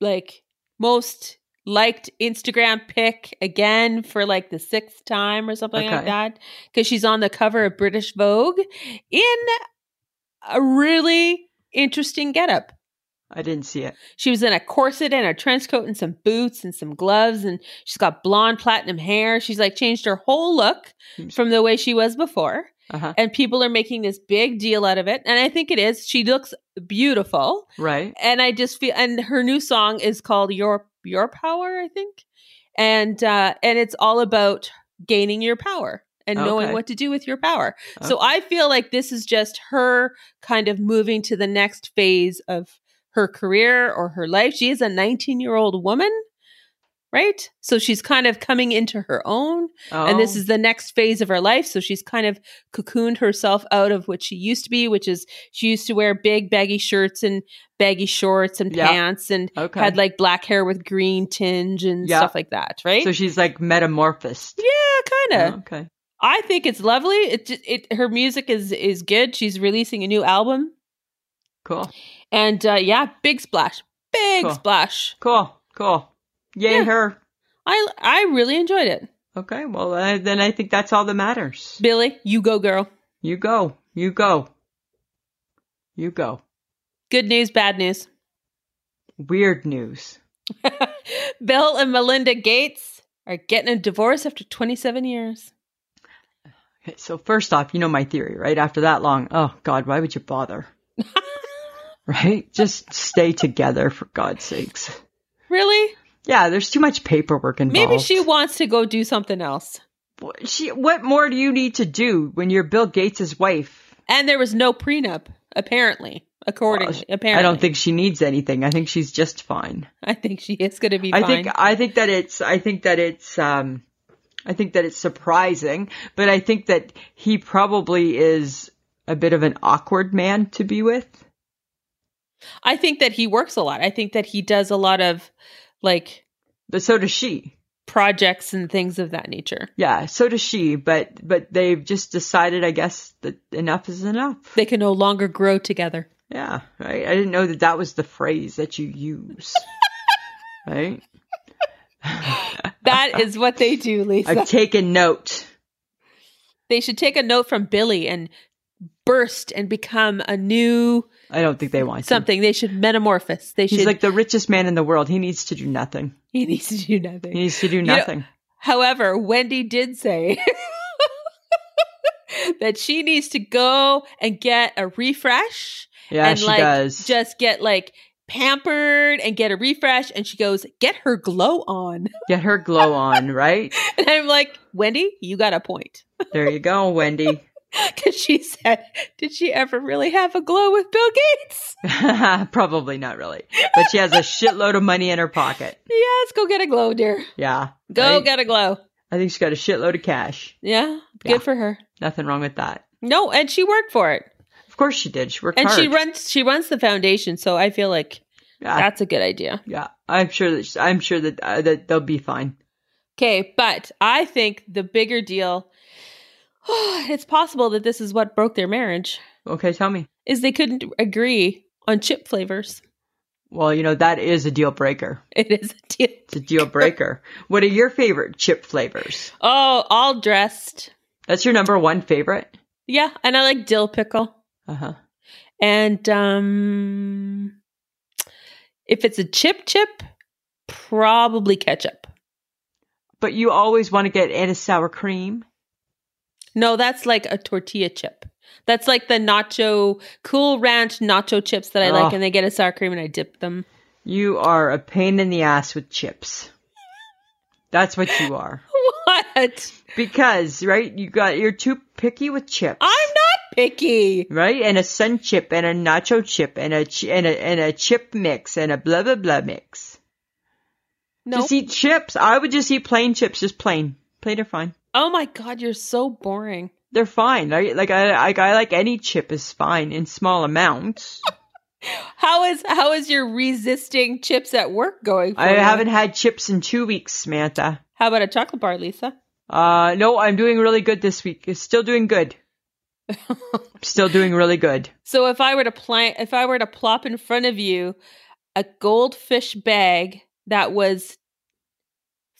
Speaker 3: like most liked Instagram pic again for like the sixth time or something like
Speaker 4: Okay.
Speaker 3: that because she's on the cover of British Vogue in a really interesting getup.
Speaker 4: I didn't see it.
Speaker 3: She was in a corset and a trench coat and some boots and some gloves and she's got blonde platinum hair. She's like changed her whole look from the way she was before.
Speaker 4: Uh-huh.
Speaker 3: and people are making this big deal out of it and i think it is she looks beautiful
Speaker 4: Right.
Speaker 3: and i just feel and her new song is called your your power i think and uh and it's all about gaining your power and knowing
Speaker 4: Okay.
Speaker 3: what to do with your power so
Speaker 4: Okay.
Speaker 3: i feel like this is just her kind of moving to the next phase of her career or her life she is a 19 year old woman right so she's kind of coming into her own and this
Speaker 4: Oh.
Speaker 3: is the next phase of her life. So she's kind of cocooned herself out of what she used to be, which is she used to wear big baggy shirts and baggy shorts and
Speaker 4: Yeah.
Speaker 3: pants and
Speaker 4: okay.
Speaker 3: had like black hair with green tinge and
Speaker 4: Yeah.
Speaker 3: stuff like that, right?
Speaker 4: so she's like metamorphosed.
Speaker 3: yeah, kind of.
Speaker 4: Oh, okay.
Speaker 3: I think it's lovely. It, ju- it her music is is good. She's releasing a new album,
Speaker 4: Cool.
Speaker 3: and uh, yeah, big splash, big
Speaker 4: Cool.
Speaker 3: splash.
Speaker 4: Cool. Cool. Yay,
Speaker 3: Yeah.
Speaker 4: her.
Speaker 3: I I really enjoyed it.
Speaker 4: Okay. Well, uh, then I think that's all that matters.
Speaker 3: Billy, you go, girl.
Speaker 4: You go. You go. You go.
Speaker 3: Good news, bad news.
Speaker 4: Weird news.
Speaker 3: Bill and Melinda Gates are getting a divorce after 27 years.
Speaker 4: Okay, So first off, you know my theory, right? After that long, oh God, why would you bother? right? Just stay together for God's sakes.
Speaker 3: Really?
Speaker 4: Yeah, there's too much paperwork involved.
Speaker 3: Maybe she wants to go do something else.
Speaker 4: What- she. What more do you need to do when you're Bill Gates' wife?
Speaker 3: And there was no prenup, apparently. Accordingly, apparently,
Speaker 4: I don't think she needs anything. I think she's just fine.
Speaker 3: I think she is going to be.
Speaker 4: I
Speaker 3: fine.
Speaker 4: think I think that it's I think that it's um I think that it's surprising, but I think that he probably is a bit of an awkward man to be with.
Speaker 3: I think that he works a lot. I think that he does a lot of like
Speaker 4: But so does she.
Speaker 3: projects and things of that nature.
Speaker 4: Yeah, so does she, but but they've just decided I guess that enough is enough.
Speaker 3: They can no longer grow together.
Speaker 4: Yeah, right. I didn't know that that was the phrase that you use. right?
Speaker 3: That is what they do, Lisa.
Speaker 4: I've taken note.
Speaker 3: they should take a note from Billy and burst and become a new
Speaker 4: I don't think they want to.
Speaker 3: something. They should metamorphose. They
Speaker 4: He's
Speaker 3: should
Speaker 4: like the richest man in the world. He needs to do nothing.
Speaker 3: He needs to do
Speaker 4: He
Speaker 3: nothing.
Speaker 4: needs to do
Speaker 3: know-
Speaker 4: nothing.
Speaker 3: However, Wendy did say that she needs to go and get a refresh
Speaker 4: yeah,
Speaker 3: and
Speaker 4: she
Speaker 3: like
Speaker 4: does.
Speaker 3: just get like pampered and get a refresh and she goes get her glow on
Speaker 4: Get her glow on, right?
Speaker 3: and i'm like wendy you got a point
Speaker 4: There you go, Wendy.
Speaker 3: because she said did she ever really have a glow with bill gates
Speaker 4: Probably not really. But she has a shitload of money in her pocket.
Speaker 3: yes go get a glow dear
Speaker 4: Yeah.
Speaker 3: go
Speaker 4: right?
Speaker 3: get a glow
Speaker 4: I think she's got a shitload of cash.
Speaker 3: yeah
Speaker 4: Yeah.
Speaker 3: good for her
Speaker 4: Nothing wrong with that.
Speaker 3: no and she worked for it
Speaker 4: Of course she did. She worked
Speaker 3: and
Speaker 4: hard.
Speaker 3: she runs she runs the foundation so i feel like
Speaker 4: yeah,
Speaker 3: That's a good idea.
Speaker 4: yeah. I'm sure that she, I'm sure that uh, that they'll be fine.
Speaker 3: Okay, but I think the bigger deal it's possible that this is what broke their marriage
Speaker 4: Okay, tell me.
Speaker 3: is they couldn't agree on chip flavors.
Speaker 4: Well, you know that is a deal breaker.
Speaker 3: It is a deal.
Speaker 4: It's a deal breaker. what are your favorite chip flavors?
Speaker 3: Oh, all dressed.
Speaker 4: That's your number one favorite.
Speaker 3: Yeah, and I like dill pickle.
Speaker 4: Uh huh.
Speaker 3: And um if it's a chip chip, probably ketchup.
Speaker 4: But you always want to get and a sour cream.
Speaker 3: No, that's like a tortilla chip. That's like the nacho cool ranch nacho chips that I like
Speaker 4: Ugh.
Speaker 3: and they get a sour cream and I dip them.
Speaker 4: You are a pain in the ass with chips. That's what you are.
Speaker 3: What?
Speaker 4: Because, right, you got you're too picky with chips.
Speaker 3: I'm not picky.
Speaker 4: right? And a sun chip and a nacho chip and a ch- and a and a chip mix and a blah blah blah mix.
Speaker 3: No.
Speaker 4: Just eat chips. I would just eat plain chips, just plain. Plain are fine.
Speaker 3: oh my god, you're so boring.
Speaker 4: They're fine. Right? Like I like I like any chip is fine in small amounts.
Speaker 3: How is how is your resisting chips at work going? For
Speaker 4: I
Speaker 3: you?
Speaker 4: haven't had chips in two weeks, Samantha.
Speaker 3: How about a chocolate bar, Lisa?
Speaker 4: Uh no, I'm doing really good this week. Still doing good. Still doing really good.
Speaker 3: So if I were to plant, if I were to plop in front of you a goldfish bag that was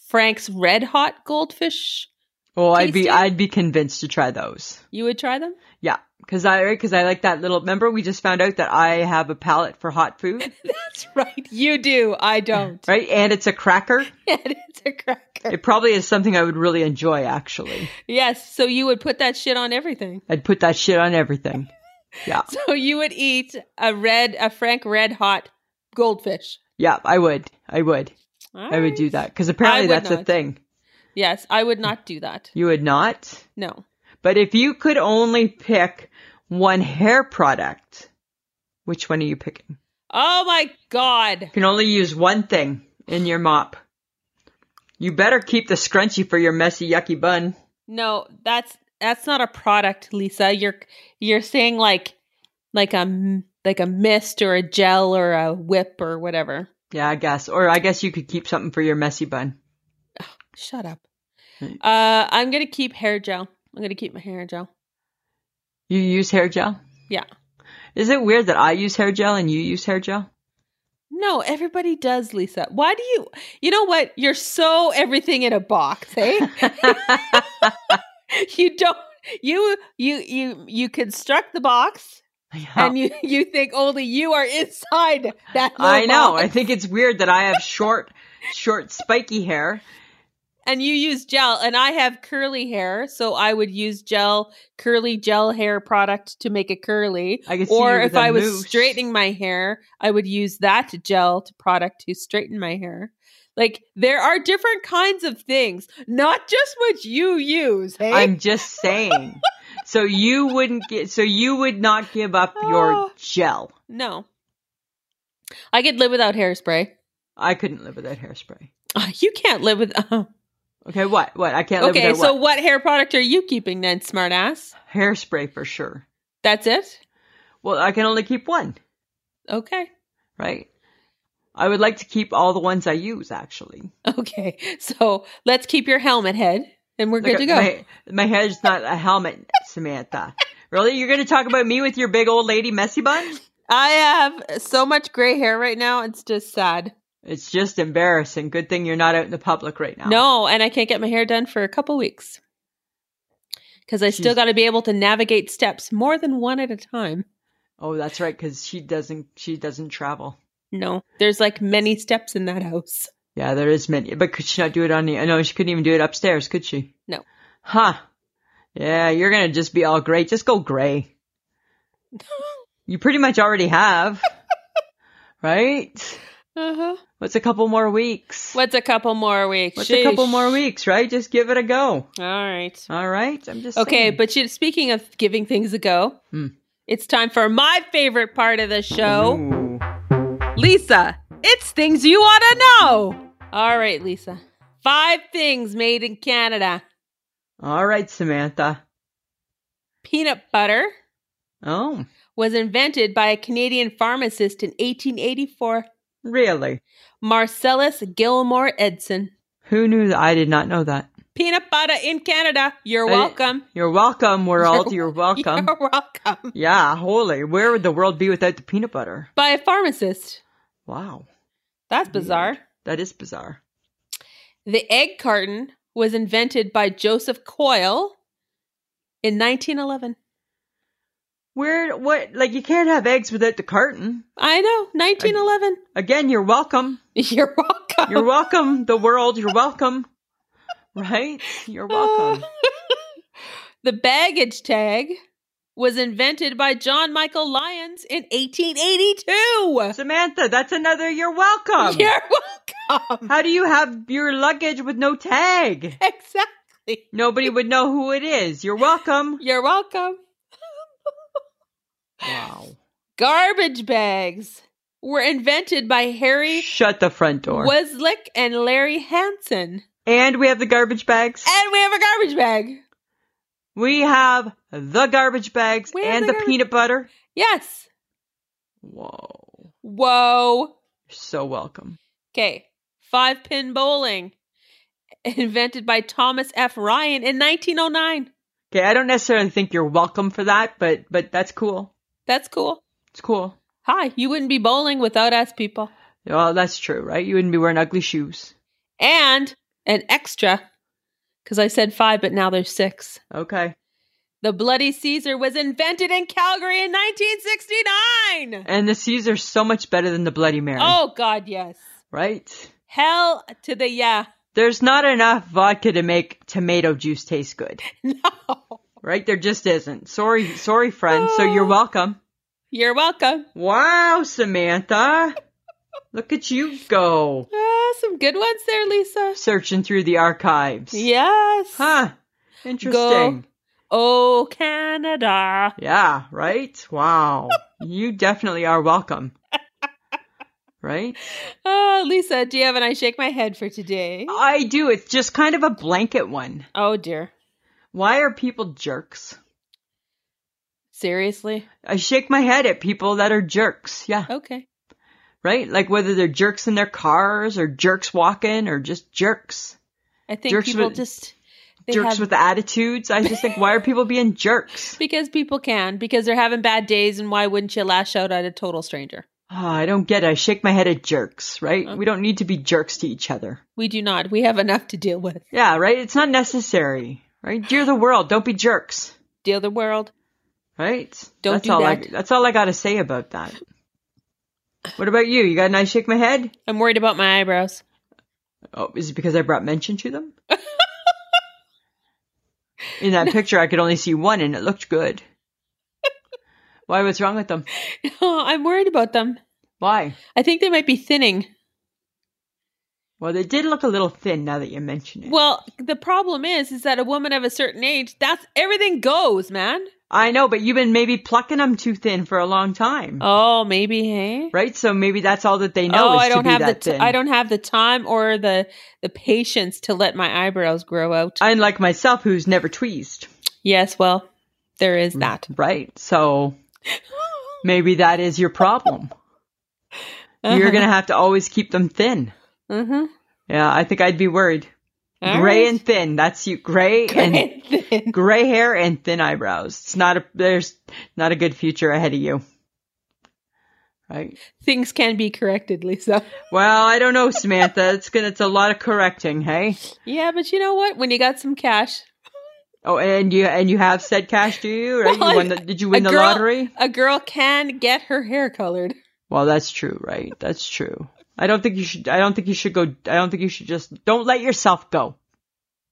Speaker 3: Frank's Red Hot goldfish
Speaker 4: Well, I'd be
Speaker 3: Tasty?
Speaker 4: I'd be convinced to try those.
Speaker 3: You would try them?
Speaker 4: Yeah, because I because I like that little. Remember, we just found out that I have a palate for hot food,
Speaker 3: That's right. You do. I don't.
Speaker 4: right? And it's a cracker.
Speaker 3: and it's a cracker.
Speaker 4: It probably is something I would really enjoy. Actually,
Speaker 3: Yes. So you would put that shit on everything.
Speaker 4: I'd put that shit on everything. Yeah,
Speaker 3: So you would eat a red, a Frank Red Hot goldfish.
Speaker 4: yeah, I would, I would, I would do that because apparently
Speaker 3: would
Speaker 4: that's a
Speaker 3: not.
Speaker 4: thing.
Speaker 3: Yes, I would not do that.
Speaker 4: You would not.
Speaker 3: No.
Speaker 4: But if you could only pick one hair product, which one are you picking? You
Speaker 3: Oh my god.
Speaker 4: can only use one thing in your mop. You better keep the scrunchie for your messy, yucky bun.
Speaker 3: No, that's that's not a product, Lisa. You're you're saying like like a m- like a mist or a gel or a whip or whatever.
Speaker 4: Yeah, I guess. Or I guess you could keep something for your messy bun.
Speaker 3: Shut up. Uh I'm going to keep hair gel. I'm going to keep my hair gel.
Speaker 4: You use hair gel?
Speaker 3: Yeah.
Speaker 4: Is it weird that I use hair gel and you use hair gel?
Speaker 3: No, everybody does, Lisa. Why do you You know what? You're so everything in a box, eh? you don't you you you you construct the box and you you think only you are inside that little
Speaker 4: I know.
Speaker 3: box.
Speaker 4: I think it's weird that I have short, short, spiky hair.
Speaker 3: and you use gel and i have curly hair so i would use gel curly gel hair product to make it curly
Speaker 4: I can see
Speaker 3: or
Speaker 4: you
Speaker 3: if
Speaker 4: with a
Speaker 3: i was
Speaker 4: mousse.
Speaker 3: straightening my hair i would use that gel to product to straighten my hair like there are different kinds of things not just what you use hey
Speaker 4: I'm just saying. so you wouldn't get. So you would not give up your
Speaker 3: Oh.
Speaker 4: gel.
Speaker 3: no i could live without hairspray
Speaker 4: I couldn't live without hairspray.
Speaker 3: Ah, you can't live with
Speaker 4: Okay, what? What? I can't live
Speaker 3: okay
Speaker 4: without
Speaker 3: so
Speaker 4: what?
Speaker 3: what hair product are you keeping then smartass
Speaker 4: Hairspray for sure.
Speaker 3: that's it
Speaker 4: Well, I can only keep one,
Speaker 3: okay
Speaker 4: right? I would like to keep all the ones I use actually.
Speaker 3: Okay, so let's keep your helmet head, and we're good
Speaker 4: Look,
Speaker 3: to go.
Speaker 4: My, uh, my hair's not a helmet, Samantha. Really? You're going to talk about me with your big old lady messy bun?
Speaker 3: I have so much gray hair right now; it's just sad.
Speaker 4: It's just embarrassing. Good thing you're not out in the public right now.
Speaker 3: No, and I can't get my hair done for a couple weeks because I still
Speaker 4: Jeez.
Speaker 3: got to be able to navigate steps more than one at a time.
Speaker 4: Oh, that's right cuz she doesn't she doesn't travel.
Speaker 3: No, there's like many steps in that house.
Speaker 4: Yeah, there is many. But could she not do it on the No, she couldn't even do it upstairs, could she?
Speaker 3: No.
Speaker 4: Huh. Yeah, you're going to just be all gray. Just go gray. You pretty much already have. right?
Speaker 3: Uh huh.
Speaker 4: What's a couple more weeks?
Speaker 3: What's a couple more weeks?
Speaker 4: Uh-huh. What's a couple
Speaker 3: Sheesh.
Speaker 4: more weeks, right? Just give it a go.
Speaker 3: All right.
Speaker 4: All right. I'm just
Speaker 3: Okay,
Speaker 4: saying.
Speaker 3: but you, speaking of giving things a go,
Speaker 4: Hmm.
Speaker 3: it's time for my favorite part of the show.
Speaker 4: Ooh.
Speaker 3: Lisa, it's things you want to know. All right, Lisa. Five things made in Canada
Speaker 4: All right, Samantha.
Speaker 3: peanut butter
Speaker 4: Oh,
Speaker 3: was invented by a Canadian pharmacist in 1884,
Speaker 4: really?
Speaker 3: Marcellus Gilmore Edson.
Speaker 4: Who knew that? I did not know that.
Speaker 3: Peanut butter in Canada. You're
Speaker 4: I-
Speaker 3: welcome.
Speaker 4: You're welcome, world. You're welcome.
Speaker 3: You're welcome.
Speaker 4: Yeah, holy. Where would the world be without the peanut butter?
Speaker 3: By a pharmacist.
Speaker 4: Wow.
Speaker 3: That's bizarre.
Speaker 4: That is bizarre.
Speaker 3: The egg carton was invented by Joseph Coyle in 1911.
Speaker 4: Where, what, like, you can't have eggs without the carton.
Speaker 3: I know, 1911.
Speaker 4: Again, you're welcome.
Speaker 3: You're welcome.
Speaker 4: You're welcome, the world. You're welcome. Right? You're welcome.
Speaker 3: the baggage tag was invented by John Michael Lyons in 1882.
Speaker 4: Samantha, that's another you're welcome.
Speaker 3: You're welcome.
Speaker 4: How do you have your luggage with no tag?
Speaker 3: Exactly.
Speaker 4: Nobody would know who it is. You're welcome.
Speaker 3: You're welcome.
Speaker 4: Wow.
Speaker 3: Garbage bags were invented by Harry
Speaker 4: Shut the front door.
Speaker 3: Weslick and Larry Hansen.
Speaker 4: And we have the garbage bags.
Speaker 3: And we have a garbage bag.
Speaker 4: We have the garbage bags
Speaker 3: We have
Speaker 4: and
Speaker 3: the
Speaker 4: the,
Speaker 3: garbage-
Speaker 4: peanut butter.
Speaker 3: Yes.
Speaker 4: Whoa.
Speaker 3: Whoa.
Speaker 4: You're so welcome.
Speaker 3: Okay. Five pin bowling. Invented by Thomas F. Ryan in 1909.
Speaker 4: Okay, I don't necessarily think you're welcome for that, but but that's cool.
Speaker 3: That's cool.
Speaker 4: It's cool.
Speaker 3: Hi, you wouldn't be bowling without us people.
Speaker 4: Well, that's true, right? You wouldn't be wearing ugly shoes.
Speaker 3: And an extra because I said five, but now there's six.
Speaker 4: Okay.
Speaker 3: The Bloody Caesar was invented in Calgary in 1969.
Speaker 4: And the Caesar's so much better than the Bloody Mary.
Speaker 3: Oh, God, yes.
Speaker 4: Right?
Speaker 3: Hell to the yeah.
Speaker 4: There's not enough vodka to make tomato juice taste good.
Speaker 3: No.
Speaker 4: Right? There just isn't. Sorry, sorry, friend. So
Speaker 3: Oh.
Speaker 4: you're welcome.
Speaker 3: You're welcome.
Speaker 4: Wow, Samantha. Look at you go.
Speaker 3: Ah, some good ones there, Lisa.
Speaker 4: Searching through the archives.
Speaker 3: Yes.
Speaker 4: Huh. Interesting.
Speaker 3: Oh, Canada.
Speaker 4: Yeah, right? Wow. you definitely are welcome. Right?
Speaker 3: Oh, Lisa, do you have an I shake my head for today?
Speaker 4: I do. It's just kind of a blanket one.
Speaker 3: Oh, dear.
Speaker 4: Why are people jerks?
Speaker 3: Seriously?
Speaker 4: I shake my head at people that are jerks. Yeah.
Speaker 3: Okay.
Speaker 4: Right? Like whether they're jerks in their cars or jerks walking or just jerks.
Speaker 3: I think
Speaker 4: Jerks
Speaker 3: people
Speaker 4: with-
Speaker 3: just. They
Speaker 4: jerks
Speaker 3: have,
Speaker 4: with attitudes. I just think, why are people being jerks?
Speaker 3: Because people can, because they're having bad days, and why wouldn't you lash out at a total stranger?
Speaker 4: Oh, I don't get it. I shake my head at jerks, right?
Speaker 3: Uh-huh.
Speaker 4: We don't need to be jerks to each other.
Speaker 3: We do not. We have enough to deal with.
Speaker 4: Yeah, right? It's not necessary, right? Dear the world, don't be jerks,
Speaker 3: Deal the world.
Speaker 4: right?
Speaker 3: Don't
Speaker 4: that's
Speaker 3: do
Speaker 4: all I,
Speaker 3: that.
Speaker 4: that's all I got to say about that. What about you? You got a nice shake my head?
Speaker 3: I'm worried about my eyebrows.
Speaker 4: Oh, is it because I brought mention to them? In that picture, I could only see one and it looked good. Why? What's wrong with them?
Speaker 3: Oh, I'm worried about them.
Speaker 4: Why?
Speaker 3: I think they might be thinning.
Speaker 4: Well, they did look a little thin now that you mention it.
Speaker 3: Well, the problem is, is that a woman of a certain age, that's everything goes, man.
Speaker 4: I know, but you've been maybe plucking them too thin for a long time,
Speaker 3: Oh, maybe, hey.
Speaker 4: right? So maybe that's all that they know
Speaker 3: oh,
Speaker 4: is
Speaker 3: I don't
Speaker 4: to be
Speaker 3: have the
Speaker 4: that
Speaker 3: t-
Speaker 4: thin.
Speaker 3: I don't have the time or the the patience to let my eyebrows grow out.
Speaker 4: Unlike myself, who's never tweezed,
Speaker 3: yes, well, there is that.
Speaker 4: right? So maybe that is your problem. You're gonna have to always keep them thin.
Speaker 3: Mm-hmm.
Speaker 4: Yeah, I think I'd be worried. gray and thin. That's you. Gray, and
Speaker 3: thin.
Speaker 4: gray hair and thin eyebrows. It's not a there's not a good future ahead of you. Right.
Speaker 3: Things can be corrected, Lisa.
Speaker 4: Well, I don't know, Samantha. It's gonna it's a lot of correcting, hey?
Speaker 3: Yeah, but you know what? When you got some cash,
Speaker 4: Oh, and you and you have said cash, do you? Right?
Speaker 3: Well,
Speaker 4: you won the,
Speaker 3: I-
Speaker 4: did you win
Speaker 3: a
Speaker 4: the
Speaker 3: girl-
Speaker 4: lottery?
Speaker 3: A girl can get her hair colored.
Speaker 4: Well, that's true, right? That's true. I don't think you should. I don't think you should go. I don't think you should just. Don't let yourself go.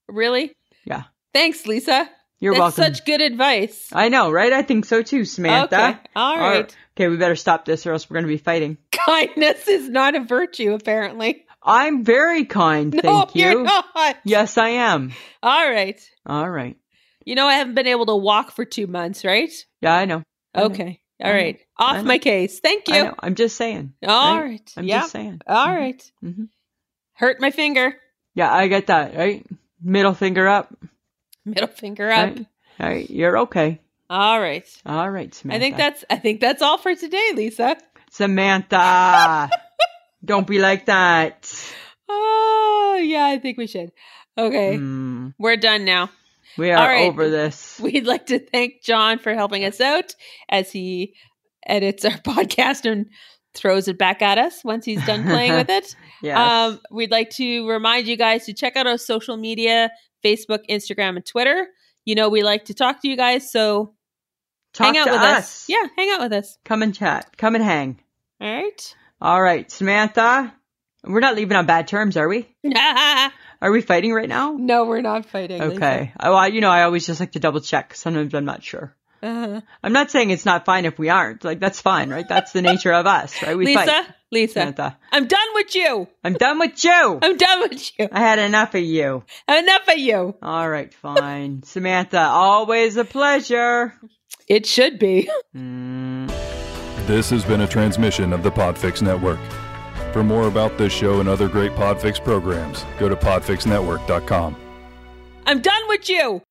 Speaker 3: Really?
Speaker 4: Yeah,
Speaker 3: Thanks, Lisa.
Speaker 4: you're
Speaker 3: That's
Speaker 4: welcome. Uh,
Speaker 3: such good advice.
Speaker 4: I know, right? I think so too, Samantha.
Speaker 3: Okay, all
Speaker 4: Ar-
Speaker 3: right.
Speaker 4: Okay, we better stop this, or else we're going to be fighting.
Speaker 3: Kindness is not a virtue, apparently.
Speaker 4: I'm very kind, thank you.
Speaker 3: are not.
Speaker 4: Yes, I am.
Speaker 3: All right.
Speaker 4: All right.
Speaker 3: You know, I haven't been able to walk for two months, right?
Speaker 4: Yeah, I know. I know.
Speaker 3: Okay. All
Speaker 4: I know.
Speaker 3: right.
Speaker 4: I
Speaker 3: Off
Speaker 4: know.
Speaker 3: my case. Thank
Speaker 4: I
Speaker 3: you.
Speaker 4: know. I'm just saying.
Speaker 3: All
Speaker 4: right?
Speaker 3: right.
Speaker 4: I'm
Speaker 3: yeah.
Speaker 4: just saying.
Speaker 3: All right.
Speaker 4: Mhm.
Speaker 3: Hurt my finger.
Speaker 4: Yeah, I get that. Right. Middle finger up.
Speaker 3: Middle finger up.
Speaker 4: Right. All right. You're okay.
Speaker 3: All right.
Speaker 4: All right, Samantha.
Speaker 3: I think that's I think that's all for today, Lisa.
Speaker 4: Samantha. don't be like that.
Speaker 3: Oh yeah, I think we should. Okay.
Speaker 4: Hmm.
Speaker 3: We're done now.
Speaker 4: We
Speaker 3: All
Speaker 4: are
Speaker 3: right.
Speaker 4: over this.
Speaker 3: We'd like to thank John for helping us out as he edits our podcast and throws it back at us once he's done playing with it.
Speaker 4: Yes.
Speaker 3: Um, we'd like to remind you guys to check out our social media Facebook, Instagram, and Twitter. You know, we like to talk to you guys, so
Speaker 4: Talk
Speaker 3: hang out
Speaker 4: to
Speaker 3: with
Speaker 4: us.
Speaker 3: us. Yeah, hang out with us.
Speaker 4: Come and chat. Come and hang.
Speaker 3: All right.
Speaker 4: All right, Samantha. We're not leaving on bad terms, are we? Are we fighting right now?
Speaker 3: no, we're not fighting. Lisa.
Speaker 4: Okay. Oh, I, well, you know, I always just like to double check. Sometimes I'm not sure.
Speaker 3: Uh-huh.
Speaker 4: I'm not saying it's not fine if we aren't. Like that's fine, right? That's the nature of us, right? We
Speaker 3: Lisa,
Speaker 4: fight.
Speaker 3: Lisa,
Speaker 4: Samantha.
Speaker 3: I'm done with you.
Speaker 4: I'm done with you.
Speaker 3: I'm done with you.
Speaker 4: I had enough of you.
Speaker 3: Enough of you.
Speaker 4: All right, fine. Samantha, always a pleasure.
Speaker 3: It should be.
Speaker 5: This has been a transmission of the Podfix Network. For more about this show and other great Podfix programs, go to podfixnetwork.com.
Speaker 3: I'm done with you.